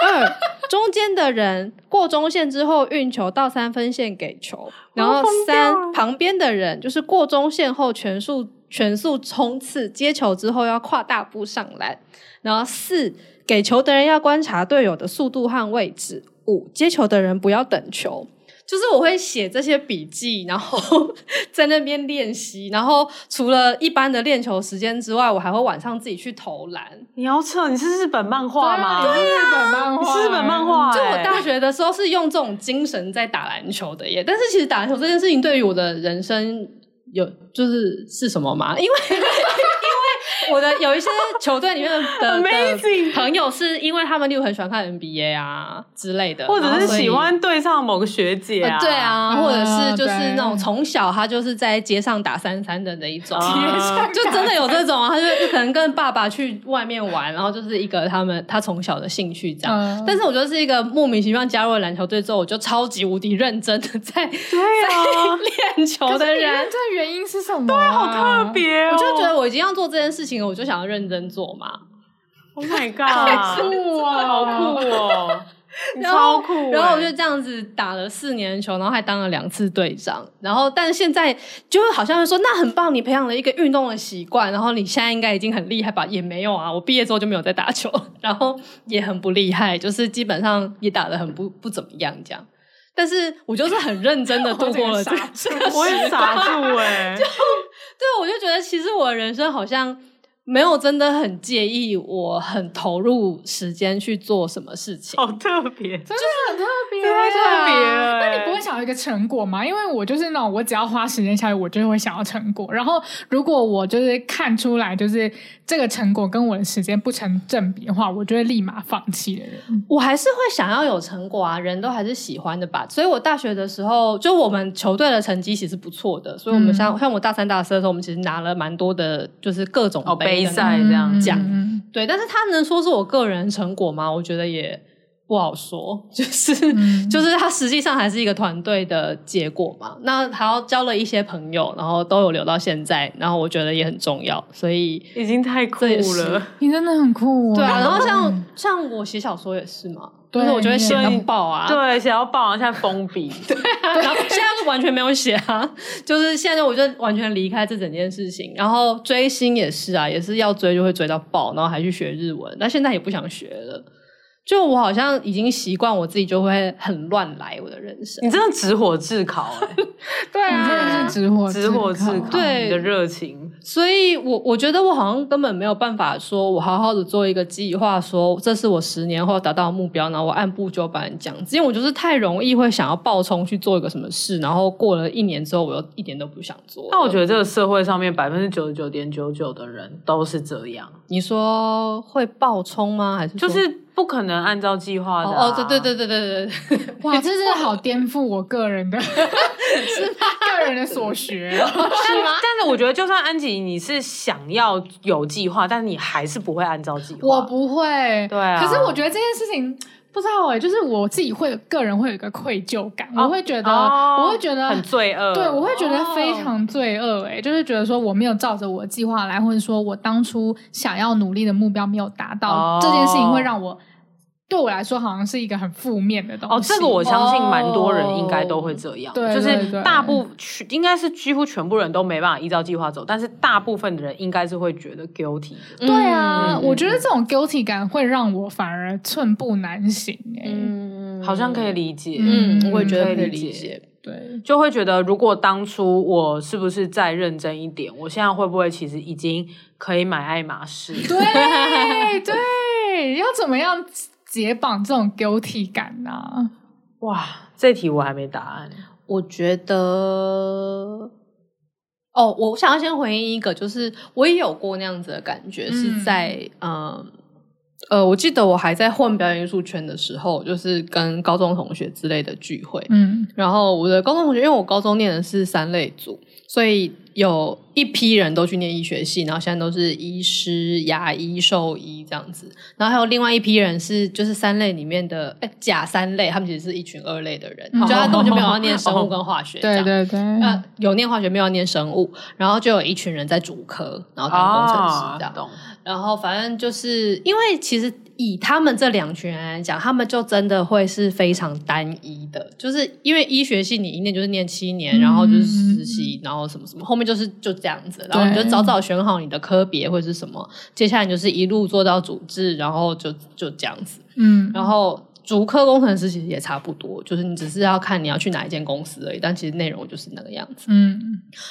[SPEAKER 4] 二中间的人过中线之后运球到三分线给球，然后
[SPEAKER 3] 啊
[SPEAKER 4] 三旁边的人就是过中线后全速全速冲刺接球之后要跨大步上篮，然后四给球的人要观察队友的速度和位置。五，接球的人不要等球。就是我会写这些笔记，然后 在那边练习。然后除了一般的练球时间之外，我还会晚上自己去投篮。
[SPEAKER 3] 你要测你是日本漫画吗？
[SPEAKER 2] 对啊，日本漫
[SPEAKER 3] 你
[SPEAKER 2] 画，
[SPEAKER 3] 是日本漫。画、欸。
[SPEAKER 4] 就我大学的时候是用这种精神在打篮球的耶，但是其实打篮球这件事情对于我的人生有就是是什么吗？因 为因为我的有一些球队里面的 的
[SPEAKER 3] Amazing
[SPEAKER 4] 的朋友，是因为他们例如很喜欢看 NBA 啊之类的，
[SPEAKER 3] 或者
[SPEAKER 4] 然
[SPEAKER 3] 是
[SPEAKER 4] 后所以
[SPEAKER 3] 喜欢对上某个学姐啊，
[SPEAKER 4] 呃对啊，或者是就是
[SPEAKER 2] 对
[SPEAKER 4] 那种从小他就是在街上打三三的那一种，
[SPEAKER 2] 哦
[SPEAKER 3] 啊，
[SPEAKER 4] 就真的有这种啊，他就可能跟爸爸去外面玩，然后就是一个他们他从小的兴趣这样。
[SPEAKER 2] 嗯
[SPEAKER 4] 但是我 就是一个莫名其妙加入了篮球队之后，我就超级无敌认真的 在
[SPEAKER 3] 对啊，
[SPEAKER 4] 练球的人。
[SPEAKER 2] 这原因是什么、啊？对，好
[SPEAKER 3] 特。别、哦，
[SPEAKER 4] 我就觉得我已经要做这件事情了，我就想要认真做嘛。
[SPEAKER 3] ，Oh my God，
[SPEAKER 2] 酷啊，
[SPEAKER 3] 好酷哦，你
[SPEAKER 4] 然后
[SPEAKER 3] 超酷欸、
[SPEAKER 4] 然后我 就这样子打了四年球，然后还当了两次队长。然后，但是现在就好像会说，那很棒，你培养了一个运动的习惯，然后你现在应该已经很厉害吧？也没有啊，我毕业之后就没有再打球，然后也很不厉害，就是基本上也打的很不不怎么样这样。但是我就是很认真的度过了这个这个
[SPEAKER 3] 我也傻住 哎、
[SPEAKER 4] 对，我就觉得其实我的人生好像没有真的很介意，我很投入时间去做什么事情。
[SPEAKER 3] 好特别。
[SPEAKER 2] 真的很特别，
[SPEAKER 3] 真的太特别了
[SPEAKER 2] 那你不会想要一个成果吗？因为我就是那种，我只要花时间下去，我就会想要成果。然后，如果我就是看出来，就是这个成果跟我的时间不成正比的话，我就会立马放弃的人。
[SPEAKER 4] 我还是会想要有成果啊，人都还是喜欢的吧。所以我大学的时候，就我们球队的成绩其实不错的，所以我
[SPEAKER 3] 嗯
[SPEAKER 4] 们像、像我大三、大四的时候，我们其实拿了蛮多的，就是各种
[SPEAKER 3] 哦
[SPEAKER 4] 杯
[SPEAKER 3] 杯
[SPEAKER 4] 的那
[SPEAKER 3] 赛这样
[SPEAKER 4] 讲
[SPEAKER 2] 嗯
[SPEAKER 4] 对，但是他能说是我个人成果吗？我觉得也不好说，就是、
[SPEAKER 2] 嗯
[SPEAKER 4] 就是他实际上还是一个团队的结果嘛。那还要交了一些朋友，然后都有留到现在，然后我觉得也很重要，所以。
[SPEAKER 3] 已经太酷
[SPEAKER 4] 这也是
[SPEAKER 3] 了，
[SPEAKER 2] 你真的很酷、哦。
[SPEAKER 4] 对啊，然后像像我写小说也是嘛，
[SPEAKER 2] 对
[SPEAKER 4] 就是我就会写
[SPEAKER 3] 对
[SPEAKER 4] 到爆啊，
[SPEAKER 3] 对，想要抱一下封 笔，
[SPEAKER 4] 然后现在就完全没有写啊，就是现在我就完全离开这整件事情。然后追星也是啊，也是要追就会追到爆，然后还去学日文，但现在也不想学了。就我好像已经习惯我自己就会很乱来我的人生
[SPEAKER 3] 你，真的直火炙烤哎、
[SPEAKER 2] 对啊，真的是直火
[SPEAKER 3] 直火
[SPEAKER 2] 炙
[SPEAKER 3] 炙
[SPEAKER 2] 烤
[SPEAKER 3] 烤，
[SPEAKER 4] 对
[SPEAKER 3] 你的热情，
[SPEAKER 4] 所以我我觉得我好像根本没有办法说我好好的做一个计划，说这是我十年后达到的目标，然后我按部就班这样子，因为我就是太容易会想要爆冲去做一个什么事，然后过了一年之后我又一点都不想做了。
[SPEAKER 3] 那我觉得这个社会上面百分之九十九点九九的人都是这样，
[SPEAKER 4] 你说会爆冲吗？还是说
[SPEAKER 3] 就是不可能按照计划的、啊
[SPEAKER 4] 哦哦，对对对对对对对，
[SPEAKER 2] 哇，这真的好颠覆我个人的， 个人的所学哦。
[SPEAKER 3] 但但是我觉得，就算安吉你是想要有计划，但你还是不会按照计划。
[SPEAKER 2] 我不会，
[SPEAKER 3] 对啊
[SPEAKER 2] 可是我觉得这件事情不知道哎、就是我自己会个人会有一个愧疚感，
[SPEAKER 3] 哦
[SPEAKER 2] 我会觉得，
[SPEAKER 3] 哦
[SPEAKER 2] 我会觉得
[SPEAKER 3] 很。罪恶，
[SPEAKER 2] 对，我会觉得
[SPEAKER 3] 哦
[SPEAKER 2] 非常罪恶哎、就是觉得说我没有照着我的计划来，或者说我当初想要努力的目标没有达到，
[SPEAKER 3] 哦
[SPEAKER 2] 这件事情会让我对我来说好像是一个很负面的东
[SPEAKER 3] 哦，
[SPEAKER 2] 西。
[SPEAKER 3] 这个我相信蛮多人应该都会这样，
[SPEAKER 2] 哦对
[SPEAKER 3] 就
[SPEAKER 2] 对对
[SPEAKER 3] 是大部全应该是几乎全部人都没办法依照计划走，但是大部分的人应该是会觉得 guilty 的。
[SPEAKER 2] 对啊，
[SPEAKER 3] 嗯
[SPEAKER 2] 我觉得这种 guilty 感会让我反而寸步难行哎、
[SPEAKER 4] 嗯
[SPEAKER 3] 好像可以理解，
[SPEAKER 4] 嗯，我也觉得
[SPEAKER 3] 可以
[SPEAKER 4] 可以
[SPEAKER 3] 理
[SPEAKER 4] 理
[SPEAKER 3] 解
[SPEAKER 4] 解。
[SPEAKER 2] 对，
[SPEAKER 3] 就会觉得如果当初我是不是再认真一点，我现在会不会其实已经可以买爱马仕？
[SPEAKER 2] 对对，要怎么样解绑这种 guilty 感呢、
[SPEAKER 3] 哇，这题我还没答案。
[SPEAKER 4] 我觉得。哦，我想要先回应一个，就是我也有过那样子的感觉，是在嗯呃，我记得我还在混表演艺术圈的时候，就是跟高中同学之类的聚会，
[SPEAKER 2] 嗯
[SPEAKER 4] 然后我的高中同学，因为我高中念的是三类组，所以有一批人都去念医学系，然后现在都是医师、牙医、兽医这样子。然后还有另外一批人是就是三类里面的，哎，甲三类，他们其实是一群二类的人，
[SPEAKER 2] 嗯哦
[SPEAKER 4] 就他根本就没有要念生物跟化学，这
[SPEAKER 2] 对
[SPEAKER 4] 样。
[SPEAKER 2] 对对，
[SPEAKER 4] 呃，有念化学，没有念生物，然后就有一哦
[SPEAKER 2] 哦
[SPEAKER 4] 群人在主科，然后当工程师
[SPEAKER 3] 啊
[SPEAKER 4] 这样。
[SPEAKER 3] 懂
[SPEAKER 4] 然后反正就是因为其实以他们这两群人来讲，他们就真的会是非常单一的，就是因为医学系你一念就是念七年，然后就是实习，然后什么什么，后面就是就这样子，然后你就早早选好你的科别或者是什么，接下来你就是一路做到主治，然后就就这样子，
[SPEAKER 2] 嗯，
[SPEAKER 4] 然后。主科工程师其实也差不多，就是你只是要看你要去哪一间公司而已，但其实内容就是那个样子。
[SPEAKER 2] 嗯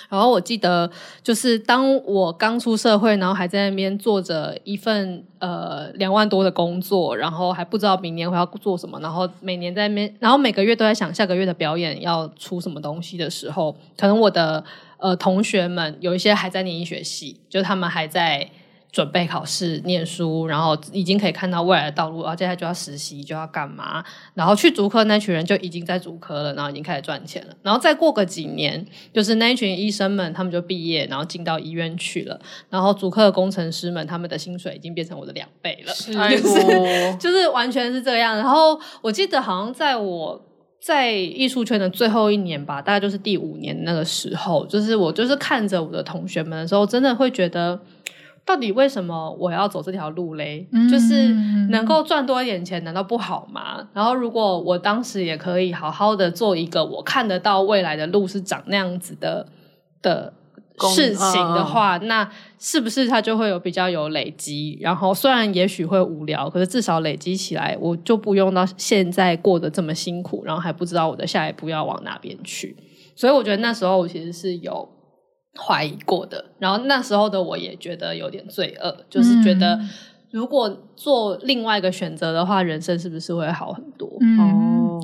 [SPEAKER 4] 然后我记得，就是当我刚出社会，然后还在那边做着一份呃两万多的工作，然后还不知道明年会要做什么，然后每年在那边，然后每个月都在想下个月的表演要出什么东西的时候，可能我的呃同学们有一些还在念医学系，就他们还在准备考试、念书，然后已经可以看到未来的道路，然后接下来就要实习，就要干嘛，然后去足科那群人就已经在足科了，然后已经开始赚钱了，然后再过个几年，就是那一群医生们他们就毕业，然后进到医院去了，然后足科的工程师们他们的薪水已经变成我的两倍了，
[SPEAKER 2] 嗯
[SPEAKER 3] 哎呦，
[SPEAKER 4] 就是完全是这样。然后我记得好像在我在艺术圈的最后一年吧，大概就是第五年那个时候，就是我就是看着我的同学们的时候，真的会觉得。到底为什么我要走这条路嘞？
[SPEAKER 2] 嗯
[SPEAKER 4] 就是能够赚多一点钱，难道不好吗？然后如果我当时也可以好好的做一个我看得到未来的路是长那样子的的
[SPEAKER 3] 工
[SPEAKER 4] 事情的话，那是不是它就会有比较有累积？然后虽然也许会无聊，可是至少累积起来，我就不用到现在过得这么辛苦，然后还不知道我的下一步要往哪边去。所以我觉得那时候我其实是有怀疑过的，然后那时候的我也觉得有点罪恶，就是觉得
[SPEAKER 2] 嗯
[SPEAKER 4] 如果做另外一个选择的话，人生是不是会好很多？
[SPEAKER 2] 嗯，
[SPEAKER 3] 哦，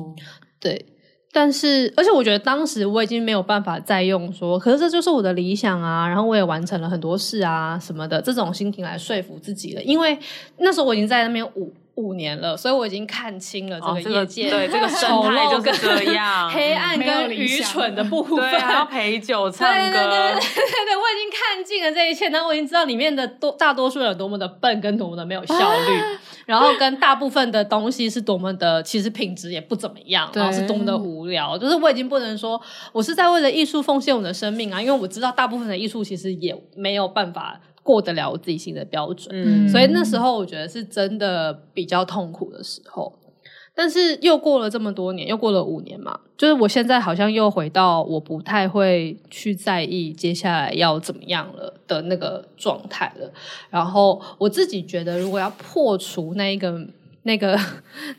[SPEAKER 4] 对。但是，而且我觉得当时我已经没有办法再用说，可是这就是我的理想啊，然后我也完成了很多事啊什么的这种心情来说服自己了。因为那时候我已经在那边五五年了，所以我已经看清了
[SPEAKER 3] 哦
[SPEAKER 4] 这个业界、
[SPEAKER 3] 对这个生
[SPEAKER 4] 丑
[SPEAKER 3] 态
[SPEAKER 4] 陋
[SPEAKER 3] 就
[SPEAKER 4] 跟
[SPEAKER 3] 是这样， 嗯
[SPEAKER 4] 黑暗
[SPEAKER 2] 没有
[SPEAKER 4] 跟
[SPEAKER 2] 理
[SPEAKER 4] 愚
[SPEAKER 2] 想
[SPEAKER 4] 蠢的部分。
[SPEAKER 3] 对啊，要陪酒唱
[SPEAKER 4] 对对对
[SPEAKER 3] 歌
[SPEAKER 4] 对对，对，我已经看尽了这一切，然后我已经知道里面的多大多数人有多么的笨，跟多么的没有效率，
[SPEAKER 3] 啊
[SPEAKER 4] 然后跟大部分的东西是多么的其实品质也不怎么样，
[SPEAKER 2] 对
[SPEAKER 4] 然后是多么的无聊。就是我已经不能说我是在为了艺术奉献我的生命啊，因为我知道大部分的艺术其实也没有办法过得了我自己心里的标准。
[SPEAKER 3] 嗯，
[SPEAKER 4] 所以那时候我觉得是真的比较痛苦的时候。但是又过了这么多年，又过了五年嘛，就是我现在好像又回到我不太会去在意接下来要怎么样了的那个状态了。然后我自己觉得，如果要破除那一个。那个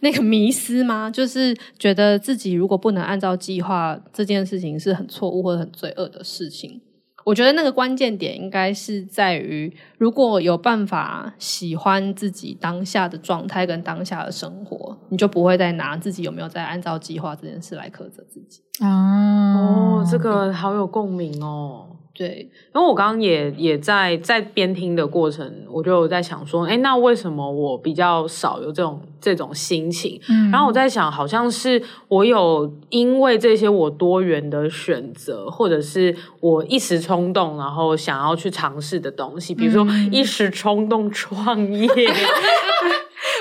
[SPEAKER 4] 那个迷思吗？就是觉得自己如果不能按照计划，这件事情是很错误或者很罪恶的事情。我觉得那个关键点应该是在于，如果有办法喜欢自己当下的状态跟当下的生活，你就不会再拿自己有没有在按照计划这件事来苛责自己。
[SPEAKER 2] 啊，
[SPEAKER 3] 哦，这个好有共鸣哦。
[SPEAKER 4] 对，
[SPEAKER 3] 然后我刚刚也也在在边听的过程，我就有在想说，哎，那为什么我比较少有这种这种心情？
[SPEAKER 2] 嗯，
[SPEAKER 3] 然后我在想，好像是我有因为这些我多元的选择，或者是我一时冲动，然后想要去尝试的东西，比如说
[SPEAKER 2] 嗯
[SPEAKER 3] 一时冲动创业。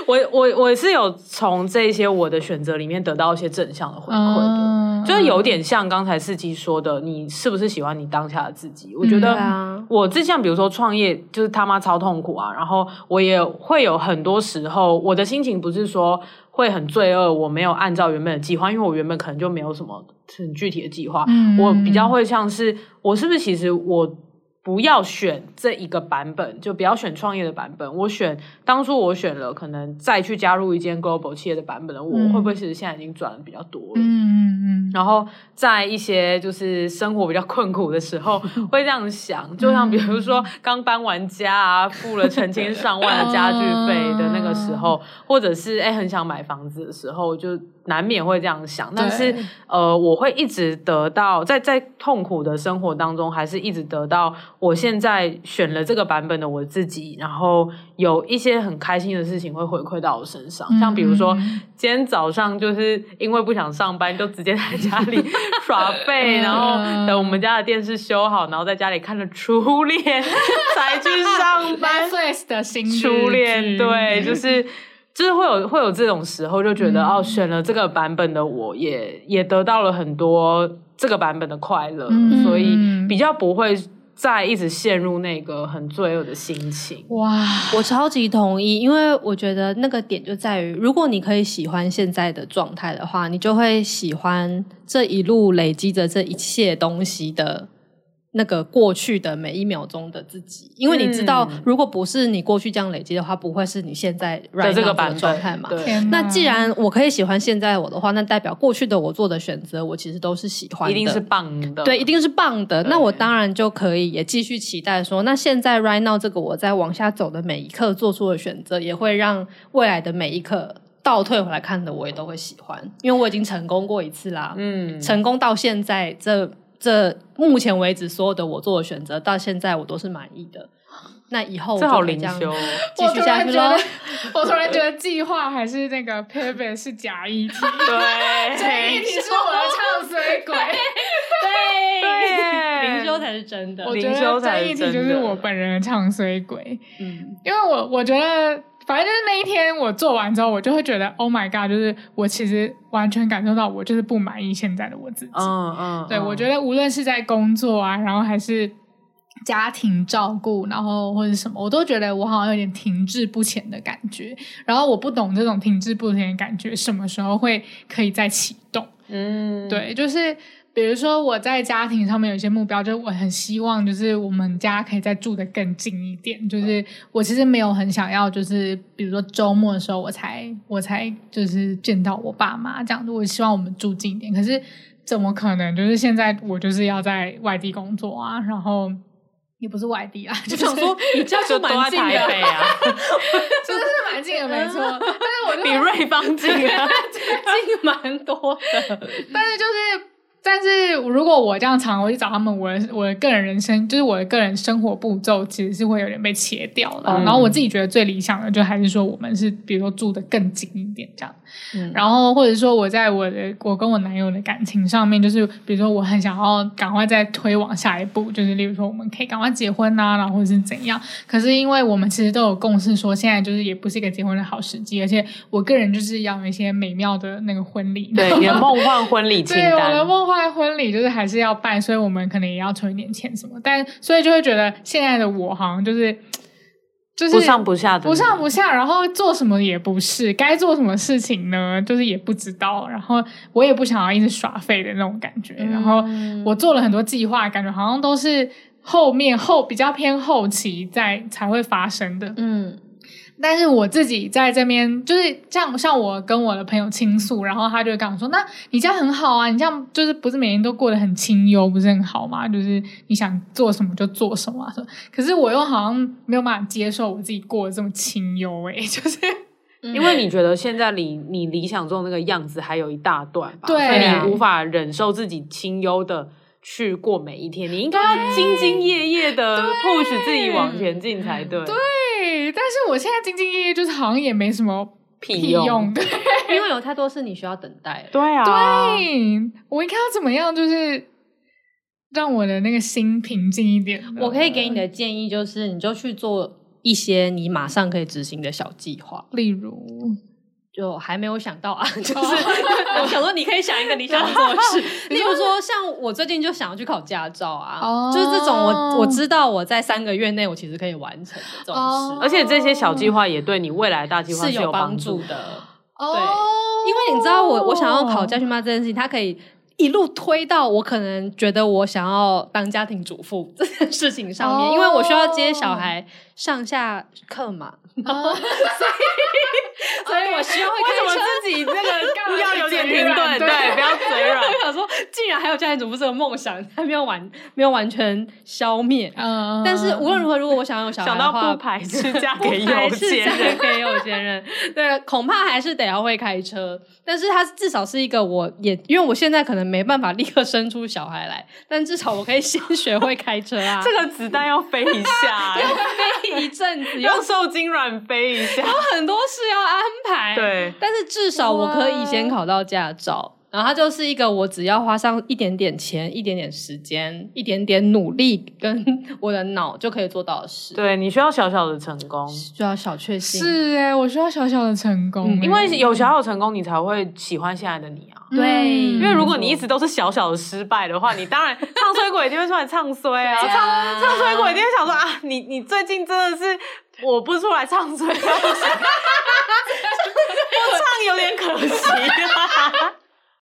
[SPEAKER 3] 我我我是有从这些我的选择里面得到一些正向的回馈的。
[SPEAKER 2] 嗯
[SPEAKER 3] 就是有点像刚才司机说的，你是不是喜欢你当下的自己？我觉
[SPEAKER 2] 嗯对
[SPEAKER 3] 得
[SPEAKER 4] 啊
[SPEAKER 3] 我之前比如说创业，就是他妈超痛苦啊，然后我也会有很多时候，我的心情不是说会很罪恶，我没有按照原本的计划，因为我原本可能就没有什么很具体的计划，
[SPEAKER 2] 嗯
[SPEAKER 3] 我比较会像是我是不是其实我。不要选这一个版本，就不要选创业的版本。我选当初我选了可能再去加入一间 global 企业的版本的，我
[SPEAKER 2] 嗯
[SPEAKER 3] 会不会其实现在已经转的比较多了？
[SPEAKER 2] 嗯嗯嗯，
[SPEAKER 3] 然后在一些就是生活比较困苦的时候，会这样想，就像比如说刚搬完家啊，付了成千上万的家具费的那个时候，或者是哎很想买房子的时候，就难免会这样想。但是
[SPEAKER 2] 对
[SPEAKER 3] 呃，我会一直得到在在痛苦的生活当中，还是一直得到我现在选了这个版本的我自己，然后有一些很开心的事情会回馈到我身上，像比如说
[SPEAKER 2] 嗯嗯嗯
[SPEAKER 3] 今天早上就是因为不想上班，就直接在家里耍废，然后等我们家的电视修好，然后在家里看着初恋 才去上班。
[SPEAKER 2] Netflix 的新日
[SPEAKER 3] 初恋
[SPEAKER 2] 剧
[SPEAKER 3] 对，就是就是会有会有这种时候，就觉
[SPEAKER 2] 嗯
[SPEAKER 3] 得、哦，选了这个版本的我也也得到了很多这个版本的快乐，
[SPEAKER 2] 嗯
[SPEAKER 3] 所以比较不会再一直陷入那个很罪恶的心情。
[SPEAKER 2] 哇，
[SPEAKER 4] 我超级同意，因为我觉得那个点就在于，如果你可以喜欢现在的状态的话，你就会喜欢这一路累积着这一切东西的那个过去的每一秒钟的自己，因为你知道，
[SPEAKER 3] 嗯
[SPEAKER 4] 如果不是你过去这样累积的话，不会是你现在 right
[SPEAKER 3] 的这个
[SPEAKER 4] now 的
[SPEAKER 3] 版
[SPEAKER 4] 状态
[SPEAKER 3] 本
[SPEAKER 4] 嘛。
[SPEAKER 3] 对，
[SPEAKER 2] 天哪
[SPEAKER 4] 那既然我可以喜欢现在的我的话，那代表过去的我做的选择，我其实都是喜欢
[SPEAKER 3] 一
[SPEAKER 4] 的，
[SPEAKER 3] 定是棒的，
[SPEAKER 4] 对，一定是棒的。
[SPEAKER 3] 对
[SPEAKER 4] 那我当然就可以也继续期待说，那现在 right now 这个我在往下走的每一刻做出的选择，也会让未来的每一刻倒退回来看的我也都会喜欢，因为我已经成功过一次啦。
[SPEAKER 3] 嗯，
[SPEAKER 4] 成功到现在，这这目前为止所有的我做的选择，到现在我都是满意的。那以后我
[SPEAKER 3] 这
[SPEAKER 4] 就
[SPEAKER 3] 好
[SPEAKER 4] 可以
[SPEAKER 3] 灵
[SPEAKER 4] 这 样
[SPEAKER 3] 修哦，
[SPEAKER 4] 继续下去喽。
[SPEAKER 2] 我突然觉得计划还是那个 pivot 是假 议题， 真议
[SPEAKER 3] 对，
[SPEAKER 2] 题是我的唱衰鬼。
[SPEAKER 3] 对
[SPEAKER 4] 灵修才是真的
[SPEAKER 2] 我。
[SPEAKER 3] 灵
[SPEAKER 2] 觉
[SPEAKER 3] 修
[SPEAKER 2] 得
[SPEAKER 3] 才
[SPEAKER 2] 这
[SPEAKER 3] 是
[SPEAKER 2] 议题
[SPEAKER 3] 真
[SPEAKER 2] 就是
[SPEAKER 3] 的
[SPEAKER 2] 我本人的唱衰鬼，
[SPEAKER 4] 嗯，
[SPEAKER 2] 因为我我觉得。反正就是那一天我做完之后，我就会觉得 Oh my God！就是我其实完全感受到，我就是不满意现在的我自己。
[SPEAKER 3] 嗯嗯，
[SPEAKER 2] 对，我觉
[SPEAKER 3] 得
[SPEAKER 2] 得无论是在工作啊，然后还是家庭照顾，然后或者什么，我都觉得我好像有点停滞不前的感觉。然后我不懂这种停滞不前的感觉什么时候会可以再启动。
[SPEAKER 3] 嗯，
[SPEAKER 2] 对，就是比如说我在家庭上面有一些目标，就是我很希望就是我们家可以再住的更近一点。就是我其实没有很想要，就是比如说周末的时候我才我才就是见到我爸妈这样子，我希望我们住近一点。可是怎么可能？就是现在我就是要在外地工作啊，然后。也不是外地啊， 就想说
[SPEAKER 4] 你 这样
[SPEAKER 3] 就
[SPEAKER 4] 就
[SPEAKER 3] 都在
[SPEAKER 4] 蛮近
[SPEAKER 3] 台
[SPEAKER 4] 的。
[SPEAKER 3] 北啊，
[SPEAKER 2] 真的是蛮近的，没错。但是我就
[SPEAKER 3] 比瑞芳近啊，
[SPEAKER 4] 近蛮多的，
[SPEAKER 2] 但是就是，但是如果我这样常回去找他们，我的我的个人人生就是我的个人生活步骤，其实是会有点被切掉的。
[SPEAKER 3] 嗯
[SPEAKER 2] 然后我自己觉得最理想的，就还是说我们是比如说住的更紧一点这样，
[SPEAKER 4] 嗯
[SPEAKER 2] 然后或者说我在我的我跟我男友的感情上面，就是比如说我很想要赶快再推往下一步，就是例如说我们可以赶快结婚呐、然后或者是怎样。可是因为我们其实都有共识，说现在就是也不是一个结婚的好时机，而且我个人就是要有一些美妙的那个婚礼，
[SPEAKER 3] 对， 你的梦幻婚礼清
[SPEAKER 2] 对，我的
[SPEAKER 3] 单，
[SPEAKER 2] 梦幻婚礼就是还是要办，所以我们可能也要存一点钱什么，但所以就会觉得现在的我好像就是就是
[SPEAKER 3] 不上不下的，
[SPEAKER 2] 不上不下，然后做什么也不是，该做什么事情呢，就是也不知道，然后我也不想要一直耍废的那种感觉，
[SPEAKER 3] 嗯
[SPEAKER 2] 然后我做了很多计划，感觉好像都是后面后比较偏后期在才会发生的，
[SPEAKER 4] 嗯，
[SPEAKER 2] 但是我自己在这边就是像像我跟我的朋友倾诉，然后他就会跟我说：“那你这样很好啊，你这样就是不是每天都过得很清幽，不是很好吗？就是你想做什么就做什么、啊。”说，可是我又好像没有办法接受我自己过得这么清幽、欸， 就是
[SPEAKER 3] 因为你觉得现在离你理想中的那个样子还有一大段吧，
[SPEAKER 2] 对
[SPEAKER 3] 所以你无法忍受自己清幽的去过每一天，你应该要兢兢业业的 push 自己往前进才对。对，
[SPEAKER 2] 对。但是我现在兢兢业业，就是好像也没什么
[SPEAKER 3] 屁
[SPEAKER 2] 屁用，对。
[SPEAKER 4] 因为有太多事你需要等待了。
[SPEAKER 3] 对啊，
[SPEAKER 2] 对，我应该要怎么样？就是让我的那个心平静一点呢。
[SPEAKER 4] 我可以给你的建议就是，你就去做一些你马上可以执行的小计划。
[SPEAKER 2] 例如。
[SPEAKER 4] 就还没有想 到啊，就是我想说，你可以想一个你想做的事，哦 例如说，像我最近就想要去考驾照
[SPEAKER 2] 哦
[SPEAKER 4] 啊，就是这种我我知道我在三个月内我其实可以完成的这种
[SPEAKER 3] 而且这些小计划也对你未来大计
[SPEAKER 4] 事，
[SPEAKER 3] 划
[SPEAKER 4] 哦是有
[SPEAKER 3] 帮
[SPEAKER 4] 帮助。的。
[SPEAKER 2] 哦，
[SPEAKER 4] 因为你知道我我想要考家训班这件事情，它可以一路推到我可能觉得我想要当家庭主妇这件事情上面，
[SPEAKER 2] 哦
[SPEAKER 4] 因为我需要接小孩上下课嘛，
[SPEAKER 2] 哦，
[SPEAKER 4] 所以我希望会
[SPEAKER 3] 为什
[SPEAKER 4] 开
[SPEAKER 3] 么
[SPEAKER 4] 车。
[SPEAKER 3] 自己那个要有点停
[SPEAKER 2] 嘴软
[SPEAKER 3] 顿？对，
[SPEAKER 2] 对
[SPEAKER 3] 不要嘴软。
[SPEAKER 4] 我想说，竟然还有家庭主妇这个梦想，它没有完没有完全消灭。
[SPEAKER 2] 嗯，
[SPEAKER 4] 但是无论如何，如果我想要有小孩
[SPEAKER 3] 想
[SPEAKER 4] 的
[SPEAKER 3] 到
[SPEAKER 4] 话，
[SPEAKER 3] 不排斥嫁 给有钱
[SPEAKER 4] 还是嫁
[SPEAKER 3] 人，
[SPEAKER 4] 给有钱人，对，恐怕还是得要会开车。但是它至少是一个我也，因为我现在可能没办法立刻生出小孩来，但至少我可以先学会开车啊。
[SPEAKER 3] 这个子弹要飞一下、
[SPEAKER 4] 飞一阵子，有
[SPEAKER 3] 要受精卵飞一下。
[SPEAKER 4] 很多事要安排。，
[SPEAKER 3] 对，
[SPEAKER 4] 但是至少我可以先考到驾照。然后它就是一个我只要花上一点点钱、一点点时间、一点点努力跟我的脑就可以做到的事。，
[SPEAKER 3] 对你需要小小的成功，
[SPEAKER 4] 就要小确幸。
[SPEAKER 2] 是哎、我需要小小的成功欸、
[SPEAKER 4] 嗯
[SPEAKER 3] 因为有小小的成功，你才会喜欢现在的你
[SPEAKER 5] 嗯
[SPEAKER 3] 啊。
[SPEAKER 4] 对
[SPEAKER 3] 因为如果你一直都是小小的失败的话，你当 然唱衰鬼一定会出来唱衰啊，
[SPEAKER 4] 对啊
[SPEAKER 3] 唱唱衰鬼一定会想说啊，你你最近真的是。我不出来唱衰，我唱有点可惜、啊。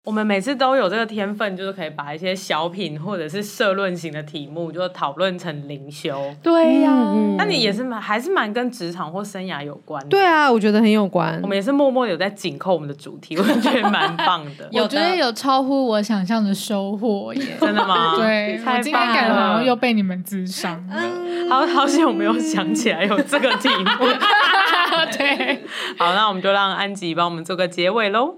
[SPEAKER 3] 我们每次都有这个天分，就是可以把一些小品或者是社论型的题目，就讨论成灵修。
[SPEAKER 2] 对呀、
[SPEAKER 3] 那、你也是蛮还是蛮跟职场或生涯有关的。
[SPEAKER 4] 嗯对啊，我觉得很有关
[SPEAKER 3] 我。们也是默默的有在紧扣我们的主题，我觉得蛮棒 的。
[SPEAKER 4] 有
[SPEAKER 2] 我觉
[SPEAKER 4] 的
[SPEAKER 2] 得有超乎我想象的收获耶。
[SPEAKER 3] 真的吗？
[SPEAKER 2] 对，
[SPEAKER 3] 太
[SPEAKER 2] 我今天
[SPEAKER 3] 棒
[SPEAKER 2] 感觉好
[SPEAKER 3] 了
[SPEAKER 2] 像又被你们智商 了。
[SPEAKER 3] 好好险我没有想起来有这个题目。
[SPEAKER 2] 对，
[SPEAKER 3] 好，那我们就让安吉帮我们做个结尾喽。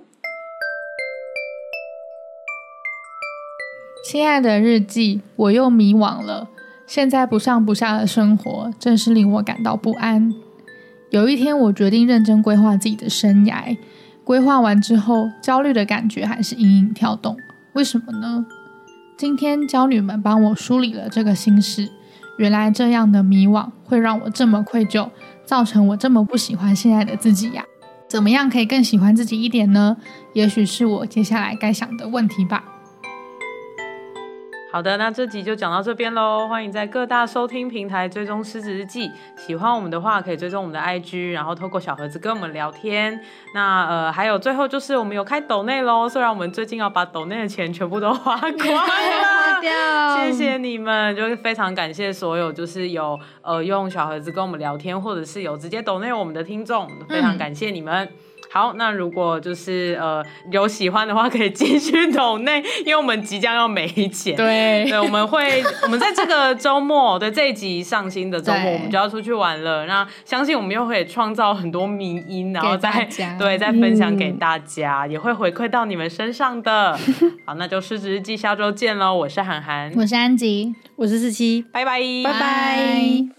[SPEAKER 2] 亲爱的日记，我又迷惘了。现在不上不下的生活，正是令我感到不安。有一天，我决定认真规划自己的生涯。规划完之后，焦虑的感觉还是隐隐跳动。为什么呢？今天娇女们帮我梳理了这个心事。原来这样的迷惘会让我这么愧疚，造成我这么不喜欢现在的自己呀、怎么样可以更喜欢自己一点呢？也许是我接下来该想的问题吧。
[SPEAKER 3] 好的，那这集就讲到这边喽。欢迎在各大收听平台追踪《狮子日记》，喜欢我们的话可以追踪我们的 IG，然后透过小盒子跟我们聊天。那呃，还有最后就是我们有开抖内喽，虽然我们最近要把抖内的钱全部都花光 了，
[SPEAKER 5] 啊
[SPEAKER 3] 谢谢你们，就是非常感谢所有就是有呃用小盒子跟我们聊天，或者是有直接抖内我们的听众，非常感谢你们。好，那如果就是呃有喜欢的话，可以继续抖内，因为我们即将要没钱。
[SPEAKER 2] 对
[SPEAKER 3] 对，我们会，我们在这个周末对这一集上新的周末，
[SPEAKER 2] 对
[SPEAKER 3] 我们就要出去玩了。那相信我们又会创造很多迷音，然后
[SPEAKER 2] 给大
[SPEAKER 3] 再
[SPEAKER 2] 家嗯
[SPEAKER 3] 对再分享给大家，也会回馈到你们身上的。好，那就失职日记下周见喽！我是涵涵，
[SPEAKER 2] 我是安吉，
[SPEAKER 4] 我是四七，
[SPEAKER 3] 拜拜，拜
[SPEAKER 2] 拜。